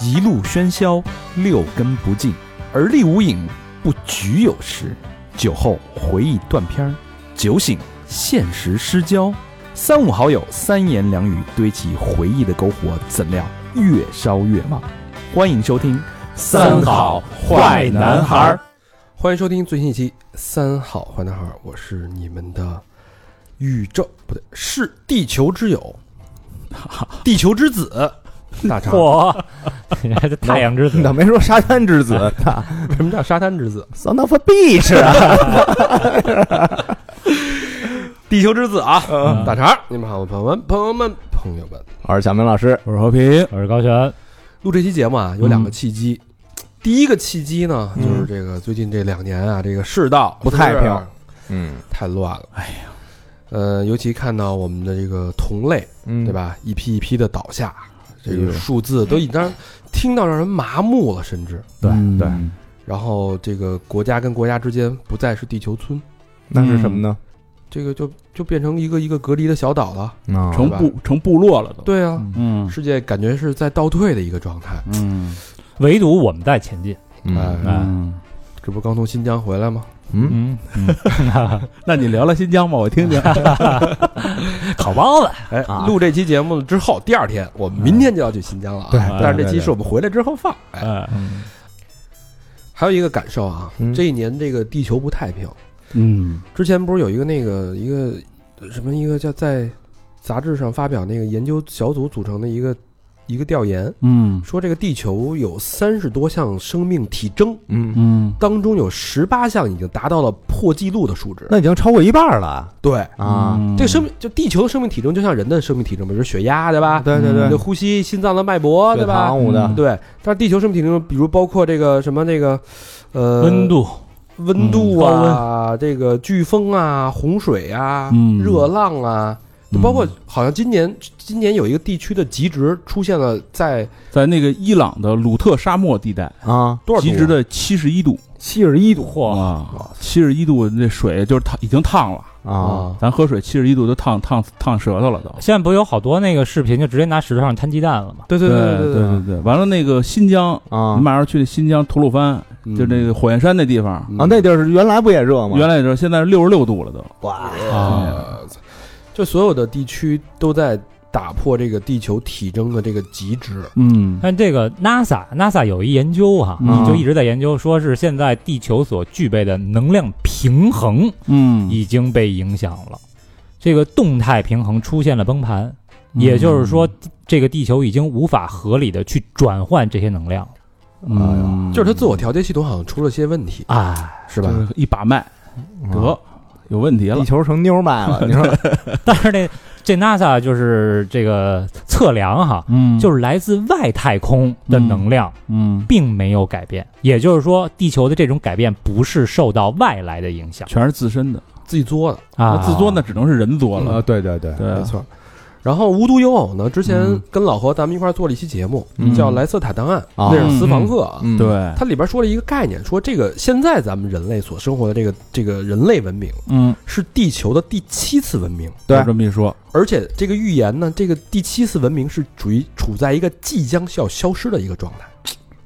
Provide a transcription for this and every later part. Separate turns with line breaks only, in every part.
一路喧嚣，六根不净，而立无影，不局有时。酒后回忆断片儿，酒醒现实失焦。三五好友，三言两语堆起回忆的篝火，怎料越烧越旺。欢迎收听《
儿》，欢迎收听最新一期《三好坏男孩》，我是你们的宇宙不对，是地球之 友，地球之子，大肠。
嚯，这太阳之
你
子
嗯倒没说沙滩之子
为什么叫沙滩之子？
，Son of a bitch 啊！
地球之子啊，
嗯
大肠，你们好，朋友们，朋友们，朋友们，
我是小明老师，
我是和平，
我是高璇，
录这期节目啊，有两个契机。第一个契机呢，
嗯
就是这个最近这两年啊，这个世道
不太平
是不是
嗯
太乱了。哎呀，呃，尤其看到我们的这个同类，
嗯
对？吧？一批一批的倒下，这
哎
个
呦
数字都已经让听到让人麻木了，甚至。
对对，
然后这个国家跟国家之间不再是地球村，
那是什么呢？
这个就就变成一个一个隔离的小岛了。
啊
成
成
部
部成部落了都。
对啊，
嗯
世界感觉是在倒退的一个状态。
嗯
唯独我们在前进。
嗯
哎，
嗯
这不刚从新疆回来吗？
嗯，
嗯， 那你聊聊新疆吧，我听听。
烤包子，
哎
啊，
录这期节目之后，第二天我们明天就要去新疆了啊。
对
但是这期是我们回来之后放。哎，
哎，
还有一个感受啊
嗯，
这一年这个地球不太平。
嗯
之前不是有一个那个一个什么一个叫在杂志上发表那个研究小组组成的一个一个调研，
嗯
说这个地球有三十多项生命体征，
嗯，
嗯
当中有十八项已经达到了破纪录的数值。
那已经超过一半了
对，
啊！
嗯
这个生命就地球的生命体征就像人的生命体征嘛，比如血压对吧？
啊对对
你的
对，
呼吸、心脏的脉搏对
嗯血
吧
糖？舞的
嗯
对，但是地球生命体征，比如包括这个什么那个，呃，
温度，
温度啊，这个飓风啊，洪水啊，
嗯
热浪啊，就包括好像今年今年有一个地区的极值出现了在
在那个伊朗的鲁特沙漠地带，
啊，
多少度
极值的七十一度
七十一度
嚯，
啊，七十一度那水就是烫，已经烫了。
啊！
咱喝水七十一度都烫烫烫舌头了都。
现在不有好多那个视频就直接拿石头上摊鸡蛋了吗？
对对
对
对
对对，完了那个新疆，
啊
你马上去的新疆吐鲁番，
对
就那个火焰山那地方，
啊，那地儿是原来不也热
嗯
吗？
原来就是现在六十六度了都。
哇，
啊，就所有的地区都在打破这个地球体征的这个极值，
嗯
但这个 NASA NASA 有一研究哈、
嗯
就一直在研究，说是现在地球所具备的能量平衡
嗯，
已经被影响了，这个动态平衡出现了崩盘，
嗯
也就是说，这个地球已经无法合理的去转换这些能量了。
嗯，
就是它自我调节系统好像出了些问题，
哎，
是吧？
就是一把脉，
得
得有问题了
地。球成妞卖了，你 说
但是那这 NASA 就是这个测量哈，
嗯
就是是来自外太空的能量
嗯，
并没有改变，也就是说，地球的这种改变不是受到外来的影响
全是自身的。
自己作的，
啊。
那自作那只能是人作了。
啊对对对，
对
没，错。然后无独有偶呢，之前
嗯
跟老何咱们一块儿做了一期节目，
嗯
叫《莱瑟塔档案》，
啊
那是私房课啊。
嗯
对，
它里边说了一个概念，说这个现在咱们人类所生活的这个这个人类文明
嗯，
是地球的第七次文明，
对
有这么一说，
而且这个预言呢，这个第七次文明是处于处在一个即将要消失的一个状态。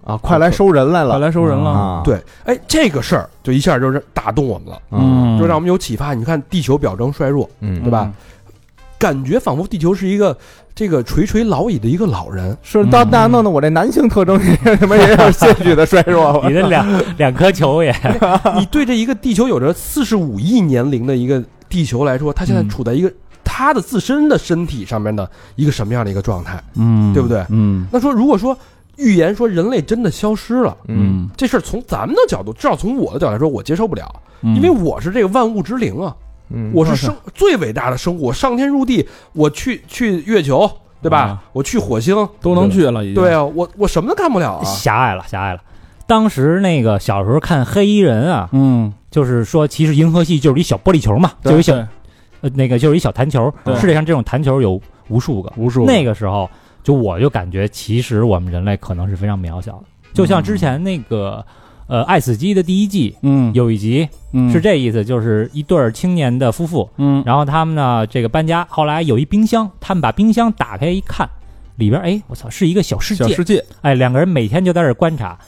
啊，快来收人来
快
了
来收人了。
啊！，
对，哎，这个事儿就一下就是打动我们了，
嗯
就让我们有启发。你看，地球表征衰弱，
嗯
对吧？感觉仿佛地球是一个这个垂垂老矣的一个老人。
是到
嗯
那弄得我这男性特征什么也 有些许的衰弱了
你的 两两颗球也
啊
你对这一个地球有着四十五亿年龄的一个地球来说，它现在
嗯
处在一个它的自身的身体上面的一个什么样的一个状态？
嗯，
对不对
嗯
那说如果说预言说人类真的消失了，
嗯，
这事儿从咱们的角度，至少从我的角度来说，我接受不了，
嗯
因为我是这个万物之灵啊，
嗯
我是生最伟大的生物，我上天入地，我去去月球，对吧
啊？
我去火星，
都能去了，已经。
对啊，我我什么都干不了 啊。
狭隘了，狭隘了。当时那个小时候看黑衣人啊，
嗯，
就是说，其实银河系就是一小玻璃球嘛，就是一小
对
呃那个就是一小弹球
对，
世界上这种弹球有无数个。
无数
那个时候，就我就感觉，其实我们人类可能是非常渺小的。
嗯
就像之前那个呃《爱死机》的第一季
嗯
有一集
嗯
是这意思，就是一对儿青年的夫妇，
嗯
然后他们呢这个搬家，后来有一冰箱，他们把冰箱打开一看，里边哎，我操，是一个小世
小
界，
世界，
哎，两个人每天就在这儿观察，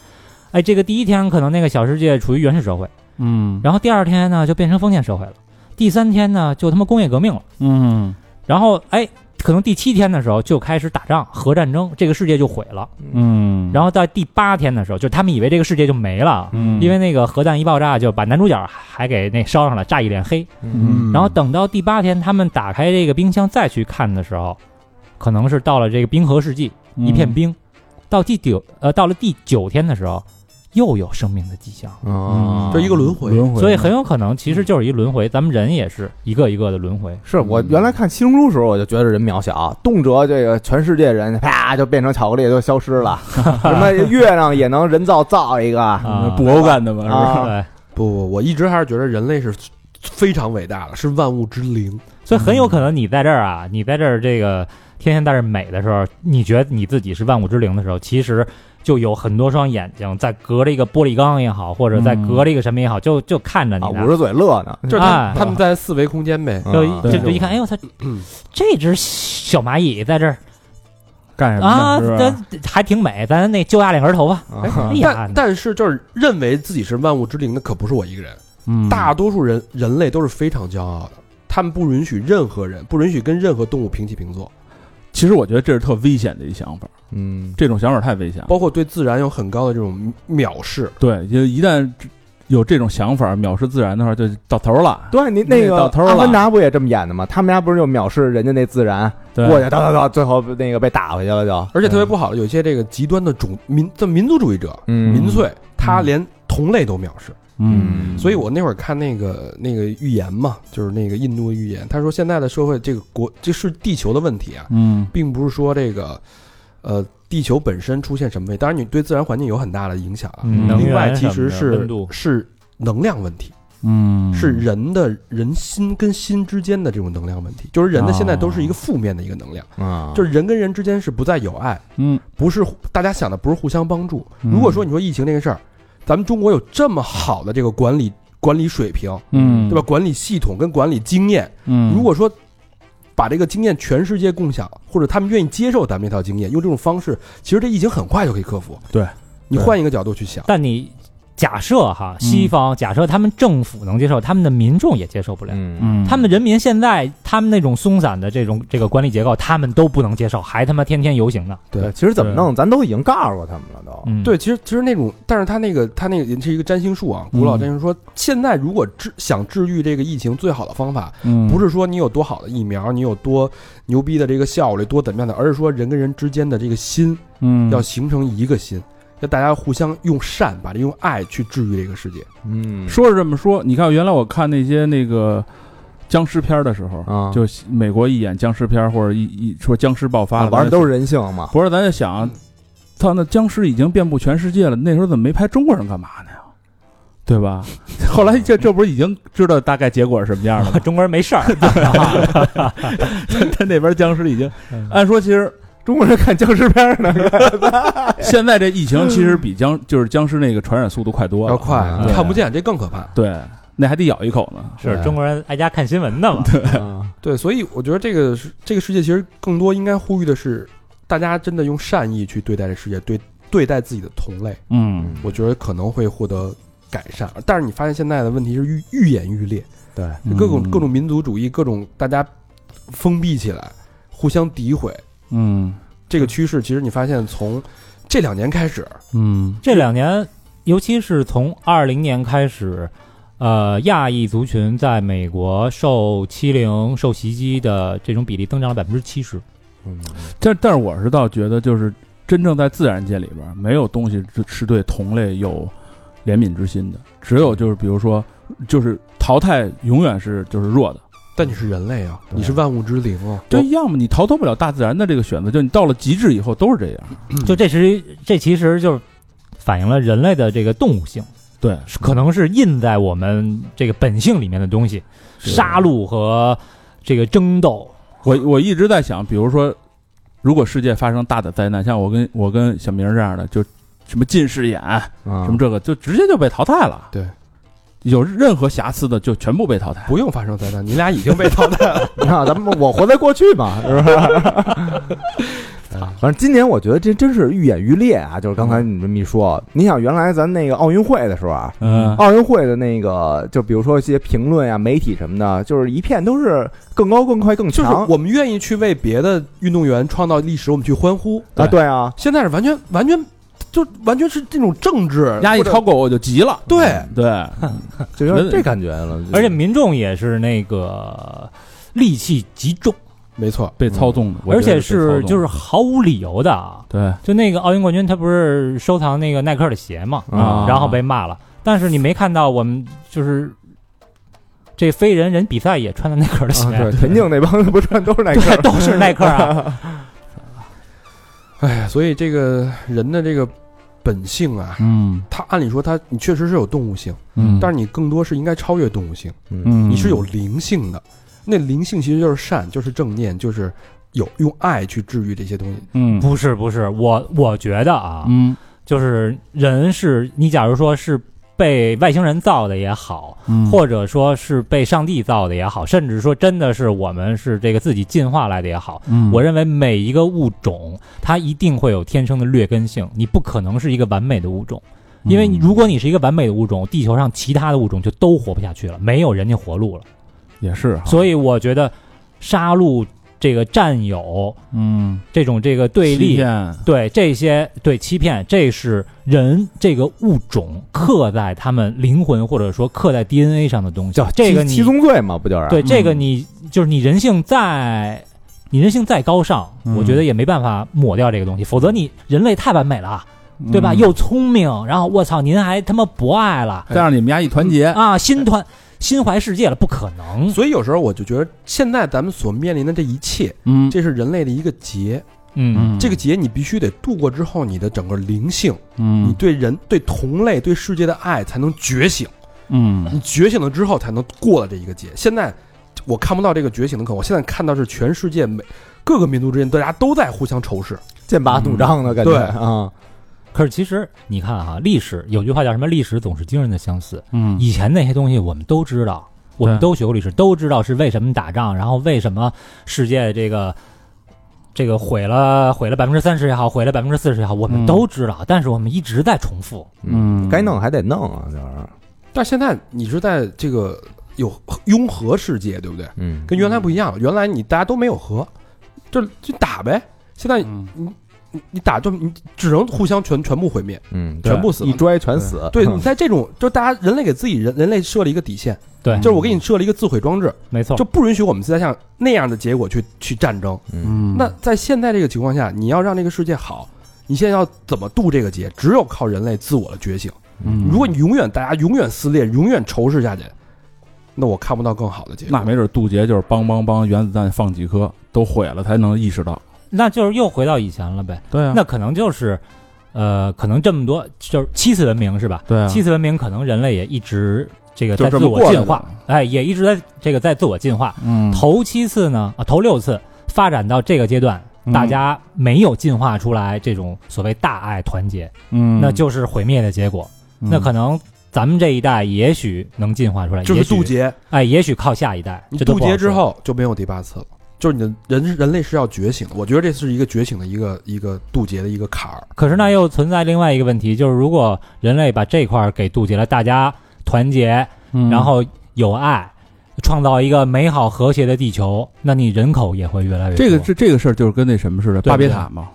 哎，这个第一天可能那个小世界处于原始社会，
嗯
然后第二天呢就变成封建社会了，第三天呢就他妈工业革命了，
嗯，
然后哎，可能第七天的时候就开始打仗，核战争，这个世界就毁了，
嗯，
然后到第八天的时候，就是他们以为这个世界就没了。
嗯，
因为那个核弹一爆炸，就把男主角还给那烧上了，炸一脸黑。
嗯，
然后等到第八天，他们打开这个冰箱再去看的时候，可能是到了这个冰河世纪，
嗯
一片冰。到第九呃，到了第九天的时候，又有生命的迹象，
啊
嗯，
这一个轮回
轮回，
所以很有可能其实就是一轮回。咱们人也是一个一个的轮回。
是我原来看《七龙珠》时候，我就觉得人渺小，动辄这个全世界人啪就变成巧克力就消失了，什么月亮也能人造造一个，
啊
不欧干的嘛，是吧？
啊
对，
不不，我一直还是觉得人类是非常伟大的，是万物之灵。
所以很有可能你在这儿
嗯
啊，你在这儿这个天天在这儿美的时候，你觉得你自己是万物之灵的时候，其实就有很多双眼睛在隔着一个玻璃缸也好，或者在隔着一个什么
嗯
也好，就就看着你
啊，
呢。
捂着嘴乐呢。
就是他
哎
他们在四维空 间呗，
就
啊
就
嗯对
就一看，哎呦，他
嗯
这只小蚂蚁在这儿
干什
啊，
么呢？嗯是吧？嗯
咱还挺美，咱那揪下两根头发，
啊
哎呀
但，但是就是认为自己是万物之灵的，可不是我一个人。
嗯
大多数人人类都是非常骄傲的，他们不允许任何人，不允许跟任何动物平起平坐，
其实我觉得这是特危险的一想法，
嗯，
这种想法太危险了。
包括对自然有很高的这种藐视。
对，就一旦有这种想法，藐视自然的话，就到头了。
对你那个
那到头了
阿凡达不也这么演的吗？他们家不是就藐视人家那自然，
对，
过去哒哒哒，最后那个被打回去了就。
而且特别不好的，有一些这个极端的种民的民族主义者、
嗯
民粹，他连同类都藐视。
嗯，
所以我那会儿看那个那个预言嘛，就是那个印度的预言，他说现在的社会这个国这是地球的问题啊，
嗯
并不是说这个呃地球本身出现什么问题，当然你对自然环境有很大的影响啊。
嗯
能
另外，
源
其
什么
实
的
是
温度，
是能量问题，
嗯
是人的人心跟心之间的这种能量问题，就是人的现在都是一个负面的一个能量，
啊，
就是人跟人之间是不再有爱，
嗯，
不是大家想的不是互相帮助。
嗯
如果说你说疫情这个事儿，咱们中国有这么好的这个管理管理水平，
嗯
对吧？？管理系统跟管理经验，
嗯，
如果说把这个经验全世界共享，或者他们愿意接受咱们这套经验，用这种方式，其实这疫情很快就可以克服。
对，
你换一个角度去想，
但你假设哈，
嗯
西方假设他们政府能接受，他们的民众也接受不了。
嗯
嗯，
他们人民现在，他们那种松散的这种这个管理结构，他们都不能接受，还他妈天天游行呢。
对，其实怎么弄，咱都已经告诉过他们了都。
嗯，
对，，其实其实那种，但是他那个他那个是一个占星术啊，古
嗯
老占星说，现在如果治想治愈这个疫情，最好的方法
嗯
不是说你有多好的疫苗，你有多牛逼的这个效率，多怎么样的，而是说人跟人之间的这个心
嗯
要形成一个心，要大家互相用善，把这用爱去治愈这个世界。
嗯
说是这么说，你看原来我看那些那个僵尸片儿的时候，
啊，
就美国一演僵尸片儿或者一一说僵尸爆发
啊
了，
玩
咱
的
就
都是人性嘛。
不是？咱就想，他那僵尸已经遍布全世界了，那时候怎么没拍中国人干嘛呢呀？对吧？ 后来这这不是已经知道大概结果是什么样了吗？
中国人没事儿。
他那边僵尸已经，按说其实
中国人看僵尸片 呢，
现在这疫情其实比僵就是僵尸那个传染速度快多
要
了，
快
啊，
对
看不见这更可怕。
对，那还得咬一口呢。
是中国人挨家看新闻 的嘛？
嗯
对，所以我觉得这个是这个世界其实更多应该呼吁的是，大家真的用善意去对待这世界，对对待自己的同类，
嗯
我觉得可能会获得改善。但是你发现现在的问题是愈愈演愈烈，
对，
就嗯各
嗯
种各种民族主义，各种大家封闭起来，互相诋毁，
嗯
这个趋势其实你发现从这两年开始，
嗯
这两年，尤其是从二零年开始，呃，亚裔族群在美国受欺凌、受袭击的这种比例增长了百分之七十。
嗯但但是我是倒觉得，就是真正在自然界里边儿，没有东西是是对同类有怜悯之心的，只有就是比如说，就是淘汰永远是就是弱的，
但你是人类啊，你是万物之灵啊，
就要么你逃脱不了大自然的这个选择，就你到了极致以后都是这样。
就这时，这其实就是反映了人类的这个动物性，
对，
是可能是印在我们这个本性里面的东西，
是
杀戮和这个争斗。
我我一直在想，比如说，如果世界发生大的灾难，像我跟我跟小明这样的，就什么近视眼，
什
什么这个，就直接就被淘汰了。
啊对，
有任何瑕疵的就全部被淘汰。
不用发生灾 难，你俩已经被淘汰了。
啊，咱们我活在过去嘛，是不是？
操，
反正今年我觉得这真是愈演愈烈啊！就是刚才你这么一说，你想原来咱那个奥运会的时候啊，
嗯，
奥运会的那个就比如说一些评论啊、媒体什么的，就是一片都是更高、更快、更
就是
强啊
我们愿意去为别的运动员创造历史，我们去欢呼。
啊！对啊，
现在是完全完全就完全是这种政治
压一嗯
或者
超狗我就急了，
对，
对，
就有这感觉了。
嗯
而且民众也是那个戾气极重，
没错，
被操纵的，我
嗯而
觉
且
得被操
是
纵
就是毫无理由的啊。
对，
就那个奥运冠军，他不是收藏那个耐克的鞋嘛，
啊
然后被骂了。但是你没看到我们就是这飞人人比赛也穿的耐克的鞋，
啊，对，田径那帮不是都是耐克
对，都是耐克 啊。
哎，所以这个人的这个本性啊，
嗯
他按理说他你确实是有动物性，
嗯，
但是你更多是应该超越动物性，
嗯
你是有灵性的。那灵性其实就是善，就是正念，就是有用爱去治愈这些东西。
嗯
不是不是，我我觉得啊，
嗯
就是人是你假如说是被外星人造的也好，
嗯
或者说是被上帝造的也好，甚至说真的是我们是这个自己进化来的也好，
嗯
我认为每一个物种，它一定会有天生的劣根性，你不可能是一个完美的物种，因为
嗯
如果你是一个完美的物种，地球上其他的物种就都活不下去了，没有人家活路了。
也是哈，
所以我觉得，杀戮这个占有，
嗯
这种这个对
欺
立，
骗
对这些对欺骗，这是人这个物种刻在他们灵魂或者说刻在 DNA 上的东西。
叫
这个
七
你
宗罪嘛，不就是？啊
对这个
嗯
你就是你人性再你人性再高尚，
嗯
我觉得也没办法抹掉这个东西，否则你人类太完美了，对吧？
嗯
又聪明，然后我操，您还他妈博爱了
再让你们家一团结，
啊，心团心怀世界了，不可
嗯
能。
所以有时候我就觉得，现在咱们所面临的这一切，
嗯
这是人类的一个劫。
嗯，
这个劫你必须得度过之后，你的整个灵性，你
嗯
对人、对同类、对世界的爱才能觉醒。
嗯
你觉醒了之后，才能过了这一个劫。现在我看不到这个觉醒的可能，我现在看到是全世界每各个民族之间，大家都在互相仇视。
剑拔弩张的感觉
对
啊，
可是其实你看哈、历史有句话叫什么？历史总是惊人的相似。
嗯
以前那些东西我们都知道，我们
对
都学过历史，都知道是为什么打仗，然后为什么世界这个这个毁了毁了百分之三十也好，毁了百分之四十也好，我们
嗯
都知道，但是我们一直在重复。
嗯
该弄还得弄啊，就是
但现在你是在这个有拥核世界，对不对？
嗯，
跟原来不一样了，原来你大家都没有核，就就打呗。现在
嗯
你你打就你只能互相全全部毁灭，
嗯，
全部死
一
了。
拽全死，
对你
嗯
在这种就大家人类给自己人人类设了一个底线，
对，
就是我给你设了一个自毁装置，
嗯没错，
就不允许我们再像那样的结果去去战争。
嗯
嗯
那在现在这个情况下，你要让这个世界好，你现在要怎么渡这个劫？只有靠人类自我的觉醒。
嗯
如果你永远大家永远撕裂，永远仇视下去，那我看不到更好的结果。
那没准渡劫就是梆梆梆，原子弹放几颗都毁了，才能意识到。
那就是又回到以前了呗。
对啊
那可能就是，呃，可能这么多就是七次文明是吧？
对啊，
七次文明可能人类也一直这个
就
在
这
自
么
我
过
进
来
化，哎，也一直在这个在自我进化。
嗯，
头七次呢，啊，头六次发展到这个阶段，
嗯
大家没有进化出来这种所谓大爱团结，
嗯，
那就是毁灭的结果。
嗯
那可能咱们这一代也许能进化出来，
就是
也许
渡，劫，
哎，也许靠下一代。
你
这都
渡
不好
劫之
说，
后就没有第八次了。就是你的人人类是要觉醒的，我觉得这是一个觉醒的一个一个渡劫的一个坎儿。
可是那又存在另外一个问题，就是如果人类把这块儿给渡劫了，大家团结，
嗯
然后有爱。创造一个美好和谐的地球，那你人口也会越来越多。
这个这这个事儿就是跟那什么似的，
对
巴别塔嘛，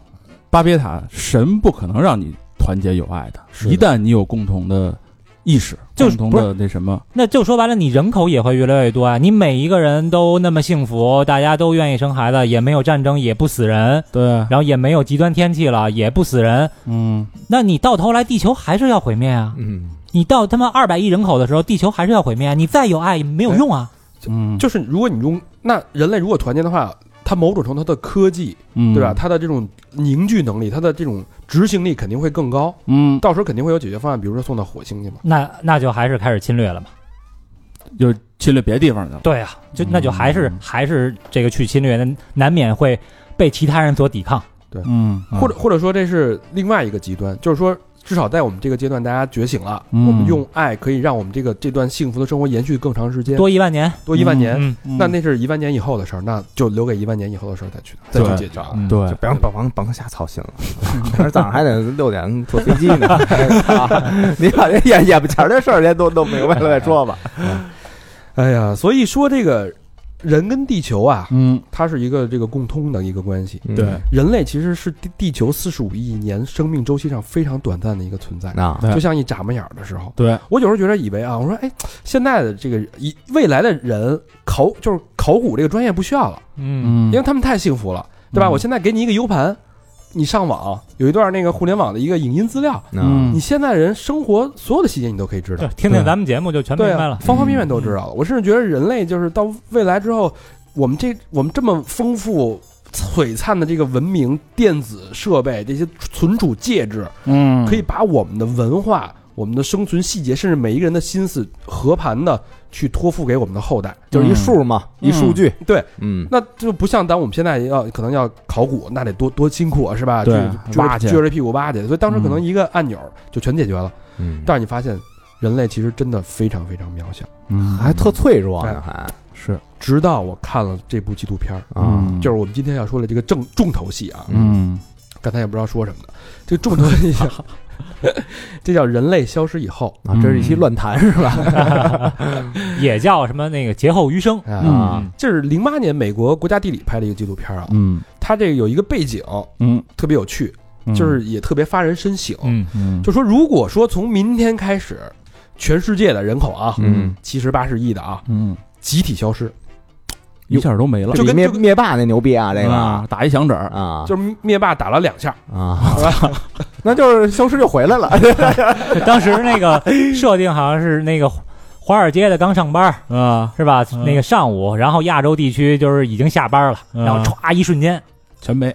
巴别塔神不可能让你团结友爱的，
是的
一旦你有共同的意识，
就是
共同
不是
的那什么，
那就说白了，你人口也会越来越多啊！你每一个人都那么幸福，大家都愿意生孩子，也没有战争，也不死人，
对，
然后也没有极端天气了，也不死人。
嗯，
那你到头来，地球还是要毁灭啊！
嗯，
你到他妈二百亿人口的时候，地球还是要毁灭啊！你再有爱也没有用啊！
嗯，
就是如果你用那人类如果团结的话，它某种程度它的科技，
嗯，
对吧？它的这种凝聚能力，它的这种执行力肯定会更高。
嗯，
到时候肯定会有解决方案，比如说送到火星去嘛。
那那就还是开始侵略了嘛？
就是侵略别地方去了，
对啊，就
嗯
那就还是、还是这个去侵略，那难免会被其他人所抵抗。
嗯，
或者或者说这是另外一个极端，就是说至少在我们这个阶段，大家觉醒了，
嗯
我们用爱可以让我们这个这段幸福的生活延续更长时间，
多一万年，
多一万年。
嗯，
那那是一万年以后的事儿，那就留给一万年以后的事儿再去再去
对啊
解决。
嗯
对，
就甭甭甭甭瞎操心了，明儿早上还得六点坐飞机呢。 啊你把这眼眼巴前儿的事儿先弄弄明白了再说吧。
哎呀，所以说这个人跟地球啊，
嗯，
它是一个这个共通的一个关系。
哎对，
嗯
人类其实是地地球四十五亿年生命周期上非常短暂的一个存在，
那
对
就像一眨巴眼儿的时候。
对，
我有时候觉得以为啊，我说哎，现在的这个以未来的人考就是考古这个专业不需要了，
嗯，
嗯
因为他们太幸福了，对吧？
嗯
我现在给你一个 U 盘，你上网有一段那个互联网的一个影音资料，
嗯
你现在人生活所有的细节你都可以知道
对，，听听咱们节目就全明
对
白
啊
了，。
方方面面都知道了。我甚至觉得人类就是到未来之后，我们这我们这么丰富。璀璨的这个文明、电子设备、这些存储介质，
嗯，
可以把我们的文化、我们的生存细节，甚至每一个人的心思和盘的去托付给我们的后代。
就是一数嘛，
嗯
一数据。
对，
嗯，
那就不像咱我们现在要可能要考古，那得多多辛苦啊，是吧？
对
撅着
挖去
撅着屁股挖去。所以当时可能一个按钮就全解决了。
嗯
但是你发现，人类其实真的非常非常渺小。
嗯
还特脆弱呢，
嗯
还
是，
直到我看了这部纪录片儿，
啊，
就是我们今天要说的这个重重头戏啊，
嗯
刚才也不知道说什么的，这个重头戏啊，这叫人类消失以后
啊，这是一期乱谈是吧？
也叫什么那个劫后余生
哦
啊。
嗯
啊，
这是零八年美国国家地理拍的一个纪录片啊，
嗯
它这个有一个背景
嗯，
特别有趣，
嗯
就是也特别发人深省。
嗯，
嗯
就说如果说从明天开始，全世界的人口啊，
嗯，
七十八十亿的啊，
嗯，
集体消失，
一下都没了，
就
比
跟
灭
就跟
灭霸那牛逼啊，这个
啊
啊
打一响指儿，
啊
就是灭霸打了两下，
那就是消失就回来了。
当时那个设定好像是那个华尔街的刚上班儿
啊，
是吧？
嗯
那个上午，然后亚洲地区就是已经下班了，
嗯
然后歘一瞬间
全没，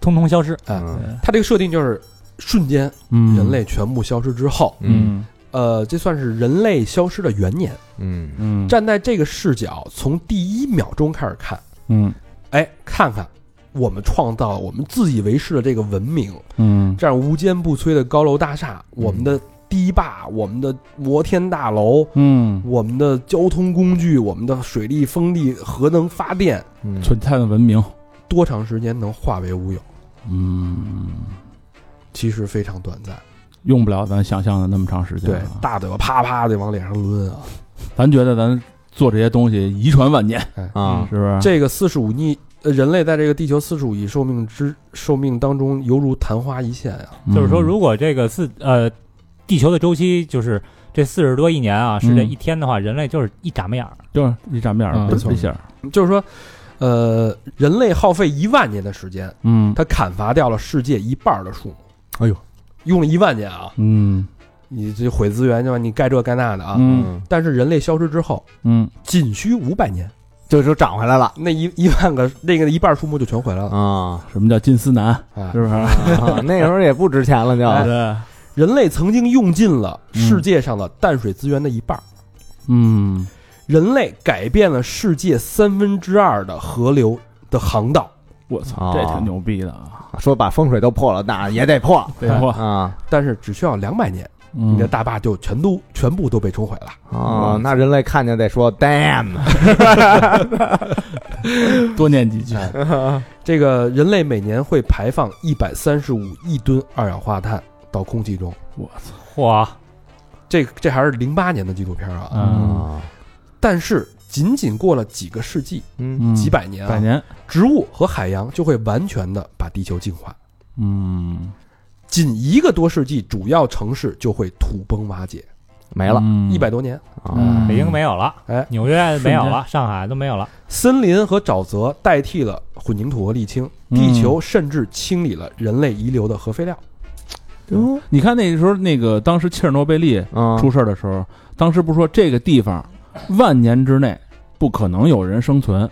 通通消失。
嗯
它这个设定就是瞬间
嗯
人，类全部消失之后，
嗯
嗯
呃，这算是人类消失的元年。
嗯
嗯，
站在这个视角，从第一秒钟开始看，
嗯
哎，看看我们创造我们自以为是的这个文明，
嗯
这样无坚不摧的高楼大厦，我们的堤坝，我们的摩天大楼，
嗯，
我们的交通工具，我们的水利、风力、核能发电，
嗯
璀璨的文明，
多长时间能化为乌有？
嗯，
其实非常短暂，
用不了咱想象的那么长时间
对
了，，
大的啪啪的往脸上抡啊！
咱觉得咱做这些东西遗传万年，
啊
是不是？
这个四十五亿呃人类在这个地球四十五亿寿命之寿命当中，犹如昙花一现啊！
嗯
就是说，如果这个四呃地球的周期就是这四十多亿年啊，是这
嗯
一天的话，人类就是一眨巴眼儿。
就是一眨眼
嗯
儿，
没错
一下儿，
就是说，呃，人类耗费一万年的时间，
嗯
它砍伐掉了世界一半儿的树木。
哎呦，
用了一万年啊！
嗯
你这毁资源对吧？你盖这盖那的啊！
嗯
但是人类消失之后，
嗯
仅需五百年，
就就长回来了
那一一万个那个一半儿树木就全毁了
啊。
什么叫金丝楠？
啊！
是不 是？
啊那时候也不值钱 了，就
对，
人类曾经用尽了
嗯
世界上的淡水资源的一半儿，
嗯
人类改变了世界三分之二的河流的航道，，
我
哦
操，这挺牛逼的啊！
说把风水都破了，那也得破
废话，嗯
啊
但是只需要两百年，
你
嗯
你的大坝就全都全部都被冲毁了。
啊！那人类看见得说 damn
多念几句，
这个人类每年会排放一百三十五亿吨二氧化碳到空气中，
我操，
嚯，
这这还是零八年的纪录片啊。
嗯
啊，
但是仅仅过了几个世纪，
嗯
嗯
几百年
百
啊，
年，
植物和海洋就会完全的把地球净化。
嗯，
仅一个多世纪，主要城市就会土崩瓦解，
没了
嗯
一百多年，
啊，
北京没有了，
哎
纽约没有了，上海都没有了。
森林和沼泽代替了混凝土和沥青，地球甚至清理了人类遗留的核废料。
嗯。你看那时候，那个当时切尔诺贝利
啊
出事儿的时候，当时不是说这个地方万年之内不可能有人生存，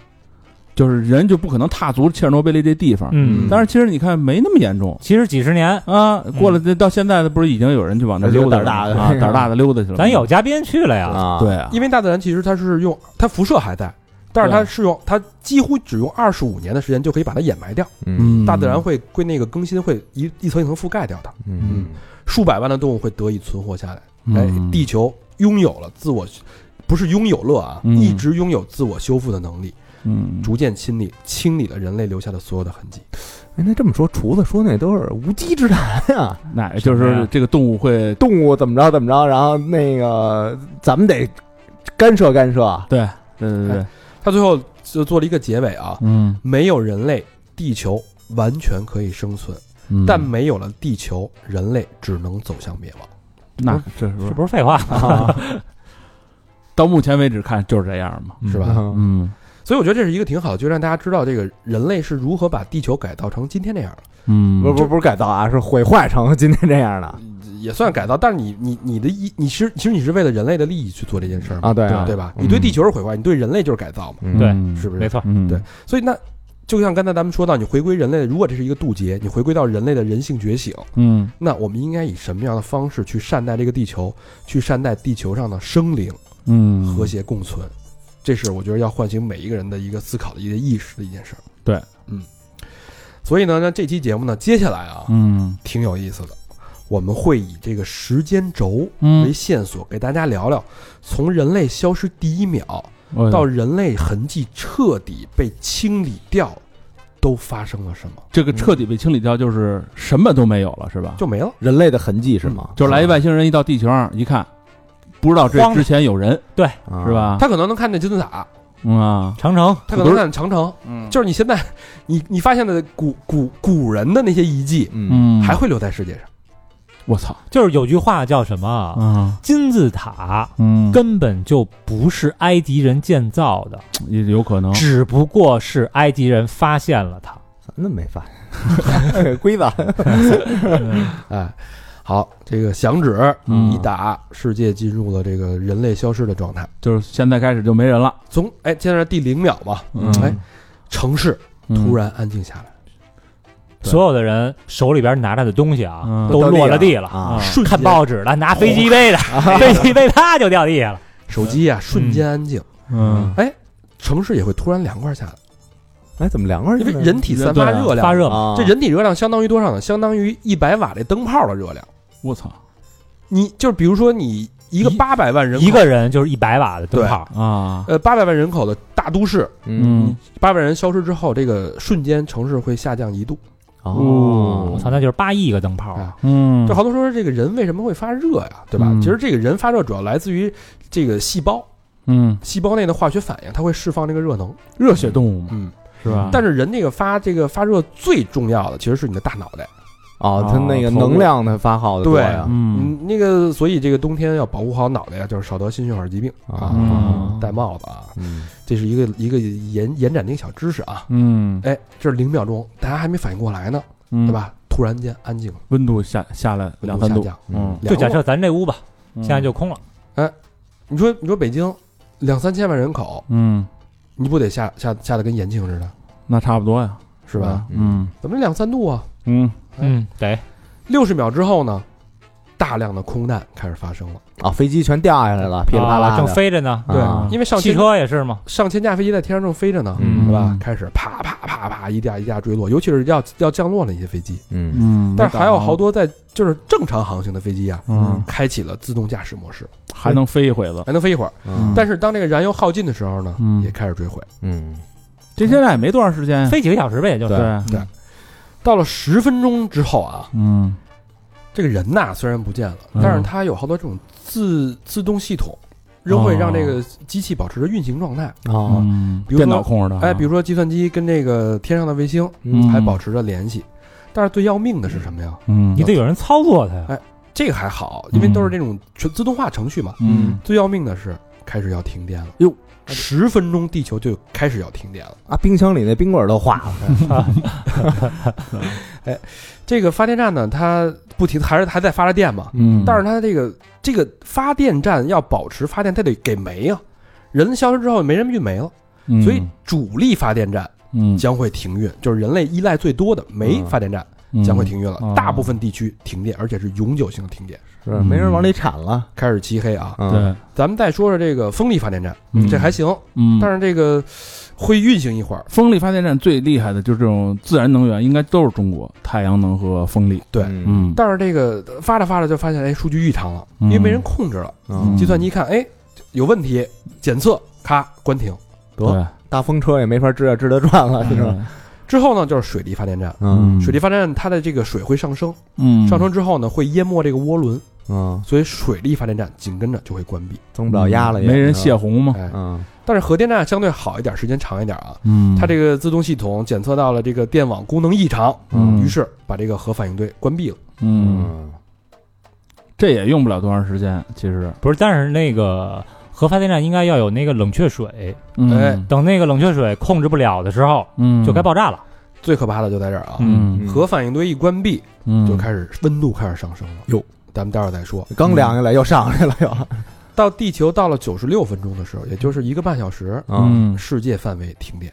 就是人就不可能踏足切尔诺贝利这地方。
嗯，
但是其实你看没那么严重
其实几十年，
啊，过了这到现在的不是已经有人去往那溜达
有胆儿大的
了吗啊，胆儿大的溜达去了吗。
咱有嘉宾去了呀。
啊，
对啊，
因为大自然其实它是用它辐射还在，但是它
对啊
是用它几乎只用二十五年的时间就可以把它掩埋掉，
嗯
大自然会会那个更新会一一层一层覆盖掉它，
嗯
数百万的动物会得以存活下来。哎
嗯，
地球拥有了自我，不是拥有乐啊，
嗯
一直拥有自我修复的能力，
嗯，
逐渐清理清理了人类留下的所有的痕迹。
哎，那这么说，厨子说那都是无稽之谈啊！
那就
什么
是
呀
这个动物会
动物怎么着怎么着，然后那个咱们得干涉干涉啊。
对对对对，
他最后就做了一个结尾啊，
嗯，
没有人类，地球完全可以生存，
嗯
但没有了地球，人类只能走向灭亡。
那这是不
是
是
不是废话？
嗯
到目前为止看就是这样嘛？
是吧
嗯
嗯
所以我觉得这是一个挺好的，就让大家知道这个人类是如何把地球改造成今天这样的，
嗯，
不是不是不是改造啊，是毁坏成今天这样的
也算改造。但是你你你的意，你是其实你是为了人类的利益去做这件事儿嘛，
啊！对啊，
对吧？你对地球是毁坏，你对人类就是改造嘛，
嗯
对
嗯
是不
没
是？
错，
嗯
对所以那就像刚才咱们说到，你回归人类，如果这是一个渡劫，你回归到人类的人性觉醒，
嗯
那我们应该以什么样的方式去善待这个地球，去善待地球上的生灵，
嗯
和谐共存？这是我觉得要唤醒每一个人的一个思考的一个意识的一件事儿。
对，
嗯。所以呢，那这期节目呢，接下来啊，
嗯
挺有意思的，我们会以这个时间轴
嗯
为线索，给大家聊聊从人类消失第一秒
我
到人类痕迹彻底被清理掉，都发生了什么，
这个彻底被清理掉，就是什么都没有了，是吧？
就没了。
人类的痕迹是吗？
就是来一外星人一到地球上一看，不知道这
慌了
之前有人
啊
嗯是？吧？
他可能能看见金字塔，
嗯啊，
长城
他可能能看见长城，
嗯
就是你现在你你发现的古古古人的那些遗迹，
嗯
嗯，
还会留在世界上。
我操
就是有句话叫什么？
啊
金字塔
嗯，
根本就不是埃及人建造的，
也有可能
只不过是埃及人发现了它。
咱们没 发现，龟子，
哎，好，这个响指
嗯
一打，世界进入了这个人类消失的状态。
就是现在开始就没人了。
从哎，现在是第零秒嘛，
嗯
哎，城市
嗯
突然安静下来，
对
所有的人手里边拿着的东西啊
嗯，
都落了地
都掉地了啊
了。
瞬
看
间
报纸的，拿飞机杯的，飞机杯啪就掉地下了。
手机啊，瞬间安静，
嗯
城市也会突然凉快下来，
哎，怎么凉快？
因为人体散
对啊
发热量，
发热嘛，
啊，
这人体热量相当于多少呢？相当于一百瓦这灯泡的热量。
我操
你就是比如说你一个
一
八百万人口
一个人就是一百瓦的灯泡，
啊
呃八百万人口的大都市，
嗯
八百人消失之后，这个瞬间城市会下降一度。
哦
我，操，那就是八亿个灯泡啊！
嗯
就好多时候这个人为什么会发热呀，对吧？
嗯
其实这个人发热主要来自于这个细胞，
嗯
细胞内的化学反应，它会释放这个热能。
热血动物嘛
嗯，
是吧？
但是人这个发这个发热最重要的其实是你的大脑袋。
哦，它那个
哦投入
能量它发耗的多呀，
嗯
嗯，那个所以这个冬天要保护好脑袋呀，就是少得心血管疾病啊，
嗯
戴帽子啊，
嗯
这是一个一个延延展的一个小知识啊。
嗯
哎，这是零秒钟，大家还没反应过来呢，
嗯
对？吧？突然间安静了，
温度下下来
温
两三
度下
度，
降，
嗯，
就
凉
假
了
设咱这屋吧，
嗯
现在就空了，
你说你说北京两三千万人口，
嗯，
你不得下下下的跟延庆似的，
那差不多呀，
是吧？？
嗯
怎么两三度啊？
嗯
嗯，得
六十秒之后呢，大量的空难开始发生了。
啊，飞机全掉下来了，噼里啪啦
啊
的，
正飞着呢，
对，
啊
因为上
汽
千
车也是嘛，
上千架飞机在天上正飞着呢，
嗯
是吧？开始啪啪啪啪一架一架坠落，尤其是要要降落那些飞机，
嗯
嗯，
但是还有好多在就是正常航行的飞机啊，
嗯
开启了自动驾驶模式，
还能飞一会子，
还能飞一会儿。
嗯
但是当这个燃油耗尽的时候呢，
嗯
也开始坠毁。
嗯
这现在也没多长时间呀，
飞几个小时呗，也就是
对，
到了十分钟之后啊，
嗯
这个人呐虽然不见了，
嗯
但是它有好多这种自自动系统，仍会让这个机器保持着运行状态。
哦
嗯，
啊比如说
电脑控制的啊，
哎，比如说计算机跟这个天上的卫星
嗯
还保持着联系，但是最要命的是什么呀？
嗯
你得有人操作它呀。
这个还好，因为都是那种全自动化程序嘛。
嗯
最要命的是开始要停电了，
哟，
十分钟地球就开始要停电了。
啊，冰箱里那冰棍儿都化了，
这个发电站呢，它不停还是还在发着电嘛，
嗯，
但是它这个这个发电站要保持发电，它得给煤啊。人消失之后没人运煤了，
嗯
所以主力发电站
嗯
将会停运，就是人类依赖最多的煤
嗯
发电站
将
将
会
会
停。
停运了，
嗯
大部分地区停电，而且是永久性的停电，
是没人往里铲了。
开始漆黑啊。
嗯，
对，
咱们再说说这个风力发电站，
嗯
这还行，
嗯，
但是这个会运行一会儿，
风力发电站最厉害的就是这种自然能源，应该都是中国太阳能和风力。
对
嗯，
嗯，
但是这个发着发着就发现哎数据异常了，
嗯
因为没人控制了，
嗯
计算机一看哎有问题，检测咔关停。
对，嗯
大风车也没法支啊支得转了，是吧？
之后呢就是水力发电站，
嗯
水力发电站它的这个水会上升，
嗯，
上升之后呢会淹没这个涡轮，
嗯，
所以水力发电站紧跟着就会关闭。
增不了压了也，
嗯没人泄洪嘛。
哎，
嗯，
但是核电站相对好一点，时间长一点啊。
嗯，
它这个自动系统检测到了这个电网功能异常，
嗯
于是把这个核反应堆关闭了。
嗯，
嗯
这也用不了多长时间，其实。
不是，但是那个核发电站应该要有那个冷却水，
嗯
哎，
等那个冷却水控制不了的时候，
嗯，
就该爆炸了。
最可怕的就在这儿啊，
嗯，
核反应堆一关闭，
嗯，
就开始温度开始上升了。
哟，
咱们待会儿再说。
刚凉下来又上来了又，
到地球到了九十六分钟的时候，也就是一个半小时，
嗯
嗯
世界范围停电，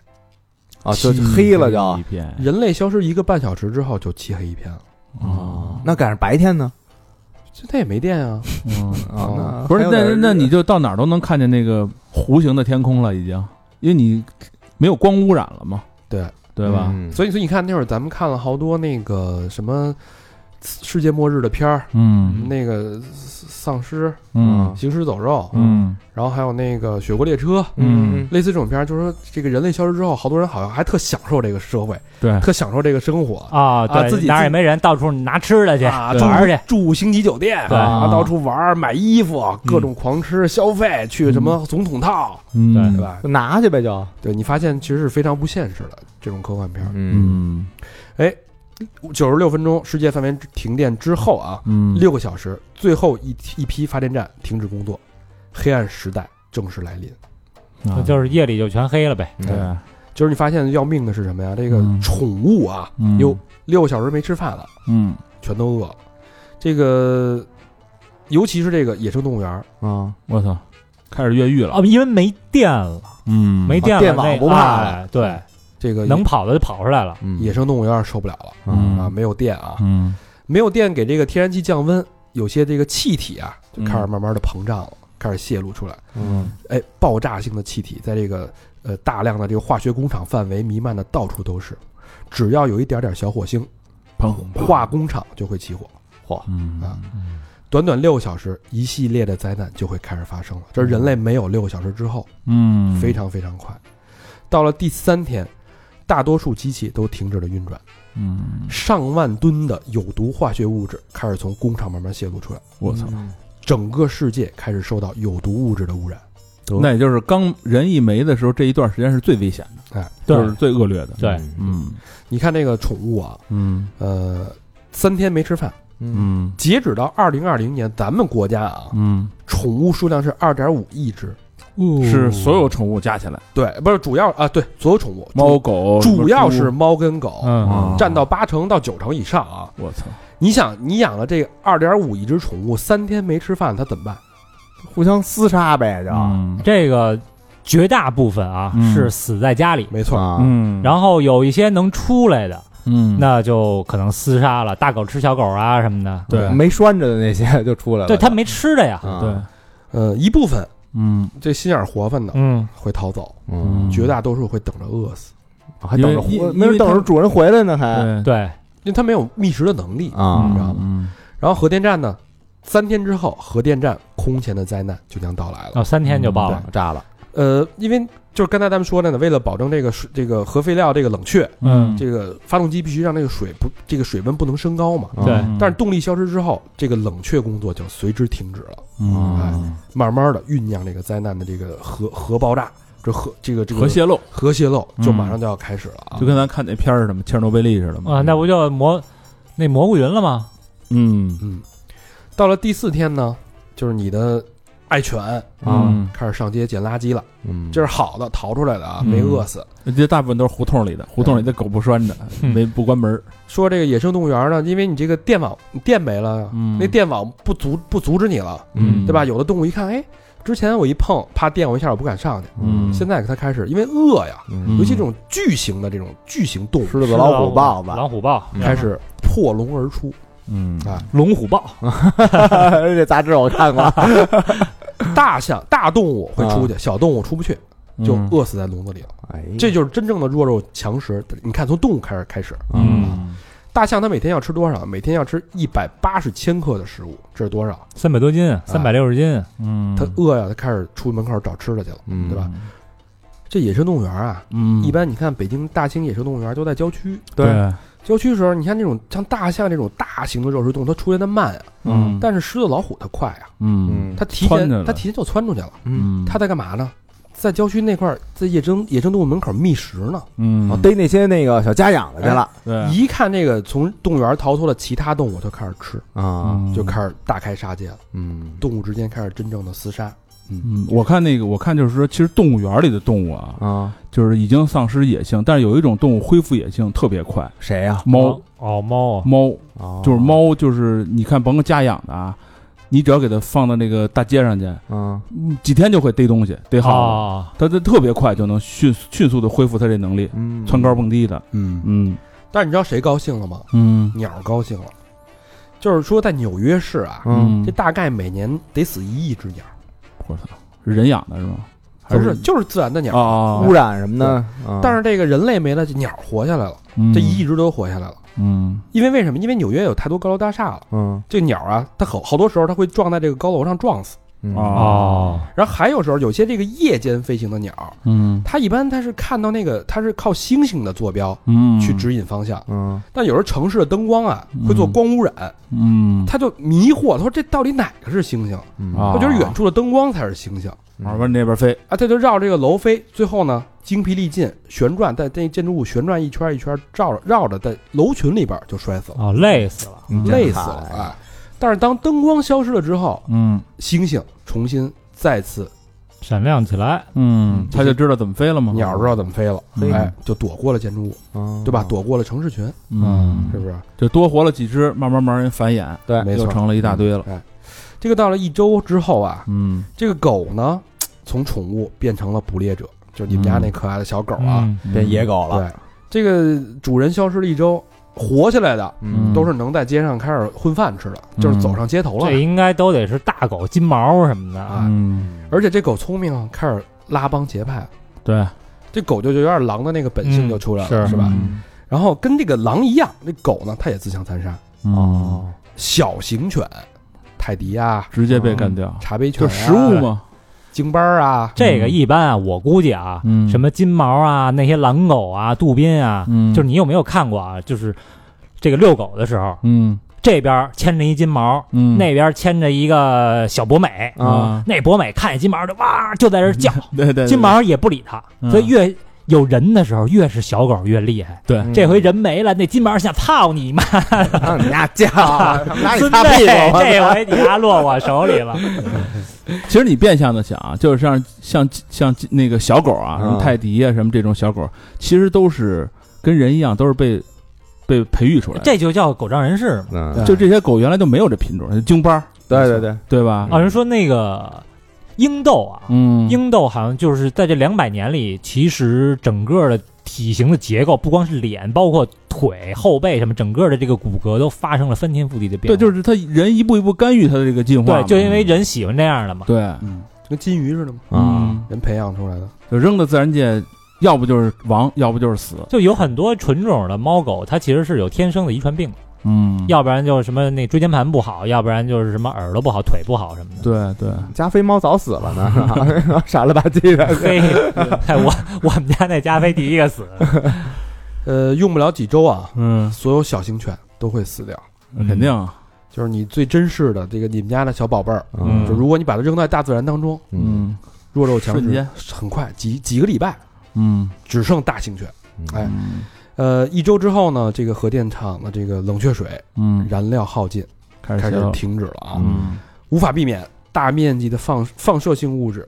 啊，就就黑了就
一片
人类消失一个半小时之后就漆黑一片了，
啊，
那赶上白天呢
现在也没电啊。
嗯，
啊，
不是，
还有点
那
日
那你就到哪儿都能看见那个弧形的天空了，已经，因为你没有光污染了嘛，
对，
对吧？
嗯
所以所以你看那会儿咱们看了好多那个什么世界末日的片儿，
嗯
那啊个丧尸、
嗯
行尸走肉，
嗯
然后还有那个雪国列车，
嗯
类似这种片儿，就是说这个人类消失之后，好多人好像还特享受这个社会，
对，
特享受这个生活
啊，对，
自己
哪儿
自
也
己
没人，到处拿吃的去，
啊，
玩儿去。
住住星级酒店，
对
啊，
啊
到处玩儿，买衣服，各种狂吃消费，去什么总统套，
嗯
对
对吧？
就拿去呗就，
对你发现其实是非常不现实的这种科幻片儿。
嗯
嗯
九十六分钟世界范围停电之后啊，
嗯，
六个小时，最后一一批发电站停止工作，黑暗时代正式来临。
啊
就是夜里就全黑了呗。
对，
就是你发现要命的是什么呀？这个
嗯
宠物啊，
嗯
哟，六个小时没吃饭了，
嗯
全都饿了。这个，尤其是这个野生动物园儿，
啊，
我操，开始越狱了，
哦，因为没电了，
嗯，
没电了，
电网
那
不怕了
哎对，
这个
能跑的就跑出来了。
嗯
野生动物园儿受不了了
嗯
啊，没有电啊，
嗯
没有电给这个天然气降温，有些这个气体啊就开始
嗯
慢慢的膨胀了，开始泄露出来。
嗯
哎，爆炸性的气体在这个呃大量的这个化学工厂范围弥漫的到处都是，只要有一点点小火星，
砰
化工厂就会起火。
嗯
啊短短六个小时，一系列的灾难就会开始发生了。这是人类没有六个小时之后，
嗯，
非常非常快。到了第三天，大多数机器都停止了运转，
嗯，
上万吨的有毒化学物质开始从工厂慢慢泄露出来，
我操，
整个世界开始受到有毒物质的污染。
那也就是刚人一没的时候，这一段时间是最危险的，
哎
对
就是最恶劣的，
对，
嗯
你看那个宠物啊，
嗯
呃，三天没吃饭。
嗯
嗯
截止到二零二零年，咱们国家啊，
嗯，
宠物数量是二点五亿只。
哦
是所有宠物加起来，
对，不是主要啊，对，所有宠物，
猫狗
主主要是猫跟狗。
啊
嗯，
占到八成到九成以上啊！
我操，
你想，你养了这二点五亿只宠物，三天没吃饭，它怎么办？
互相厮杀呗
哎
就，
嗯
这个绝大部分啊
嗯
是死在家里，
没错，
啊，
嗯，
然后有一些能出来的，
嗯
那就可能厮杀了，大狗吃小狗啊什么的。
对
没拴着的那些 就出来了，
对，它没吃的呀。
啊
对，
呃，一部分
嗯
这心眼儿活泛的
嗯，
会逃走，
嗯，
绝大多数会等着饿死，
啊还等着
因为
回，
因
没准等
因
着
为
主人回来呢还
对
对，
因为它没有觅食的能力。
啊
你嗯知道吗
嗯
然后核电站呢，三天之后，核电站空前的灾难就将到来了。
哦，三天就爆
爆
了。
了炸了，
呃，因为就是刚才咱们说的呢，为了保证这个水这个核废料这个冷却，
嗯，
这个发动机必须让这个水不这个水温不能升高嘛。
嗯
对
但是动力消失之后，这个冷却工作就随之停止了。哎
嗯
慢慢的酝酿这个灾难的这个核核爆炸，这核这个这个
核泄漏，
核泄漏
嗯
就马上就要开始了啊！
就跟咱看那片儿什么切尔诺贝利似的嘛，
啊，那不就蘑那蘑菇云了吗？
嗯
嗯，到了第四天呢，就是你的爱犬
啊
嗯
开始上街捡垃圾了，
嗯，
这是好的，逃出来的啊，
嗯
没饿死。
这大部分都是胡同里的，胡同里的狗不拴着，
嗯
没不关门儿。
说这个野生动物园呢，因为你这个电网电没了，
嗯
那电网不阻不阻止你了，
嗯
对吧？有的动物一看，哎，之前我一碰，啪电我一下，我不敢上去。
嗯
现在它开始，因为饿呀，
嗯
尤其这种巨型的这种巨型动物
狮子、
狮子
老虎、豹子，
老虎豹
嗯
开始破笼而 出。
嗯
啊
龙虎豹，
这杂志我 看过，
大象、大动物会
啊
出去，小动物出不去，
嗯
就
嗯
饿死在笼子里了。
哎，
这就是真正的弱肉强食。你看，从动物开始开始，
嗯
嗯
大象它每天要吃多少？每天要吃一百八十千克的食物，这是多少？
三百多斤，三百六十斤，
嗯，
它饿呀，它开始出门口找吃的去了。
嗯
对吧？这野生动物园啊，
嗯，
一般你看北京大型野生动物园都在郊区，
对，啊嗯
郊区时候你看那种像大象这种大型的肉食动物，它出现的慢啊，
嗯
但是狮子、老虎它快啊，
嗯
它提
窜
前
进来了
它提前就窜出去了。
嗯，
它在干嘛呢？在郊区那块儿，在野生野生动物门口觅食呢。
嗯
哦，逮那些那个小家养的去了
对，啊
一看这个从动物园逃脱的其他动物，就开始吃，
啊，
嗯
嗯
就开始大开杀戒了。
嗯，
动物之间开始真正的厮杀。
嗯，我看那个，我看就是说，其实动物园里的动物啊，
啊，
就是已经丧失野性，但是有一种动物恢复野性特别快，
谁呀？
猫，
哦猫啊，
猫
哦
就是，猫，就是你看甭管家养的啊，你只要给它放到那个大街上去，
嗯，
嗯几天就会逮东西，逮耗子，
哦，
它它特别快就能迅迅速的恢复它这能力，
嗯
窜高蹦低的，
嗯，
嗯
但是你知道谁高兴了吗？
嗯
鸟儿高兴了。就是说，在纽约市啊，
嗯
这大概每年得死一亿只鸟，
我操，是人养的是吗？还
不是就是自然的鸟。
啊，
污染什么的，啊
但是这个人类没了，这鸟儿活下来了，这一亿只都活下来了。
嗯
因为为什么？因为纽约有太多高楼大厦了，
嗯
这鸟儿啊，它好好多时候它会撞在这个高楼上撞死。
嗯
啊
哦，
然后还有时候有些这个夜间飞行的鸟，
嗯
它一般它是看到那个它是靠星星的坐标
嗯
去指引方向，
嗯
但有时候城市的灯光啊
嗯
会做光污染，
嗯
它就迷惑，它说这到底哪个是星星？
嗯
啊
它觉得远处的灯光才是星星
往边那边飞，
啊，它就绕这个楼飞，最后呢精疲力尽旋转，在这建筑物旋转一圈一圈，绕着绕着在楼群里边就摔死了，
哦累死了，
嗯
累死了啊！但是当灯光消失了之后，
嗯
星星重新再次
闪亮起来，
嗯，它就知道怎么飞了吗？
鸟知啊道怎么飞了，
嗯
哎，就躲过了建筑物，
嗯
对吧？躲过了城市群，
嗯
是，不是？
就多活了几只，慢慢慢慢人繁衍，
嗯对
没错
又成了一大堆了。
这个到了一周之后啊，
嗯
这个狗呢，从宠物变成了捕猎者，就是你们家那可爱的小狗啊。
嗯，
变野狗了，
对，这个主人消失了一周，活下来的
嗯
都是能在街上开始混饭吃的，
嗯
就是走上街头了
这。应该都得是大狗金毛什么的啊，
嗯，
而且这狗聪明，啊，开始拉帮结派。
对，
这狗就有点狼的那个本性
嗯
就出来了，
是
是吧？
嗯？
然后跟这个狼一样，那狗呢，它也自相残杀，
哦，
哦，
小型犬，泰迪啊、
直接被干掉，
茶杯犬、
就
啊、
食物、嘛。
京巴儿啊，
这个一般啊，我估计啊，
嗯
什么金毛啊，那些狼狗啊，杜宾啊，
嗯，
就是你有没有看过啊？就是这个遛狗的时候，
嗯
这边牵着一金毛，
嗯
那边牵着一个小博美，
啊，
那博美看见金毛就哇就在这叫，
对对对，
金毛也不理它，
嗯
所以越有人的时候，越是小狗越厉害。
嗯
对，
这回人没了，那金毛想操你妈，
让啊你俩叫，拿你
孙
擦 屁
辈，
股，
这回你丫落我手里了。
其实你变相的想啊，就是像像像那个小狗啊，
嗯
什么泰迪啊，什么这种小狗，其实都是跟人一样，都是被被培育出来的。
这就叫狗仗人势嘛。
嗯，
就这些狗原来就没有这品种，京巴儿，
对对对，
对吧？
好像说那个英斗啊，
嗯，
英斗好像就是在这两百年里，其实整个的体型的结构，不光是脸，包括腿、后背什么，整个的这个骨骼都发生了翻天覆地的变
对，
化。
就是是它人一步一步干预它的这个进化嘛，
对，就因为人喜欢这样的嘛。
对，
啊跟金鱼似的嘛，
嗯，
人培养出来的。
就扔到自然界，要不就是亡，要不就是死，
就有很多纯种的猫狗，它其实是有天生的遗传病的，
嗯，
要不然就是什么那椎间盘不好，要不然就是什么耳朵不好、腿不好什么的。
对对，
加菲猫早死了呢， 傻了吧唧的，
嘿，哎我我们家那加菲第一个死，
呃，用不了几周啊，
嗯，
所有小型犬都会死掉。
肯定啊，
就是你最珍视的这个你们家的小宝贝儿，
嗯
就如果你把它扔在大自然当中，
嗯，
嗯
弱肉强
瞬
食
间，
很快几几个礼拜
嗯，
只剩大型犬。哎
嗯
呃，一周之后呢，这个核电厂的这个冷却水
嗯，
燃料耗尽，
开始
开
歇
始
了，
停止了啊，
嗯
无法避免大面积的放放射性物质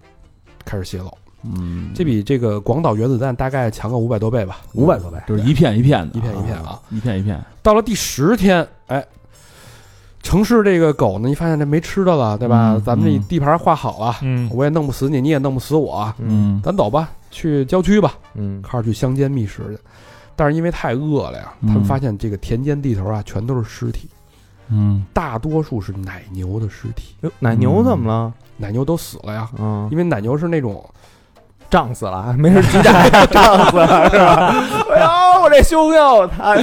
开始泄漏，
嗯，
这比这个广岛原子弹大概强个五百多倍吧，
五百多倍，
就是一片一片的，
一片一片啊。
一片一片，
到了第十天，哎，城市这个狗呢，你发现这没吃的了，对吧？
嗯
咱们这地盘画好了，
嗯，
我也弄不死你，你也弄不死我，啊
嗯
咱走吧，去郊区吧，
嗯
开始去乡间觅食去。但是因为太饿了呀，他们
嗯
发现这个田间地头啊，全都是尸体，
嗯
大多数是奶牛的尸体，
哟奶牛怎么了？
奶牛都死了呀，
嗯，
因为奶牛是 那种
胀死了，啊没人鸡蛋胀死了是吧？ 哎呦，我这胸呀，我操！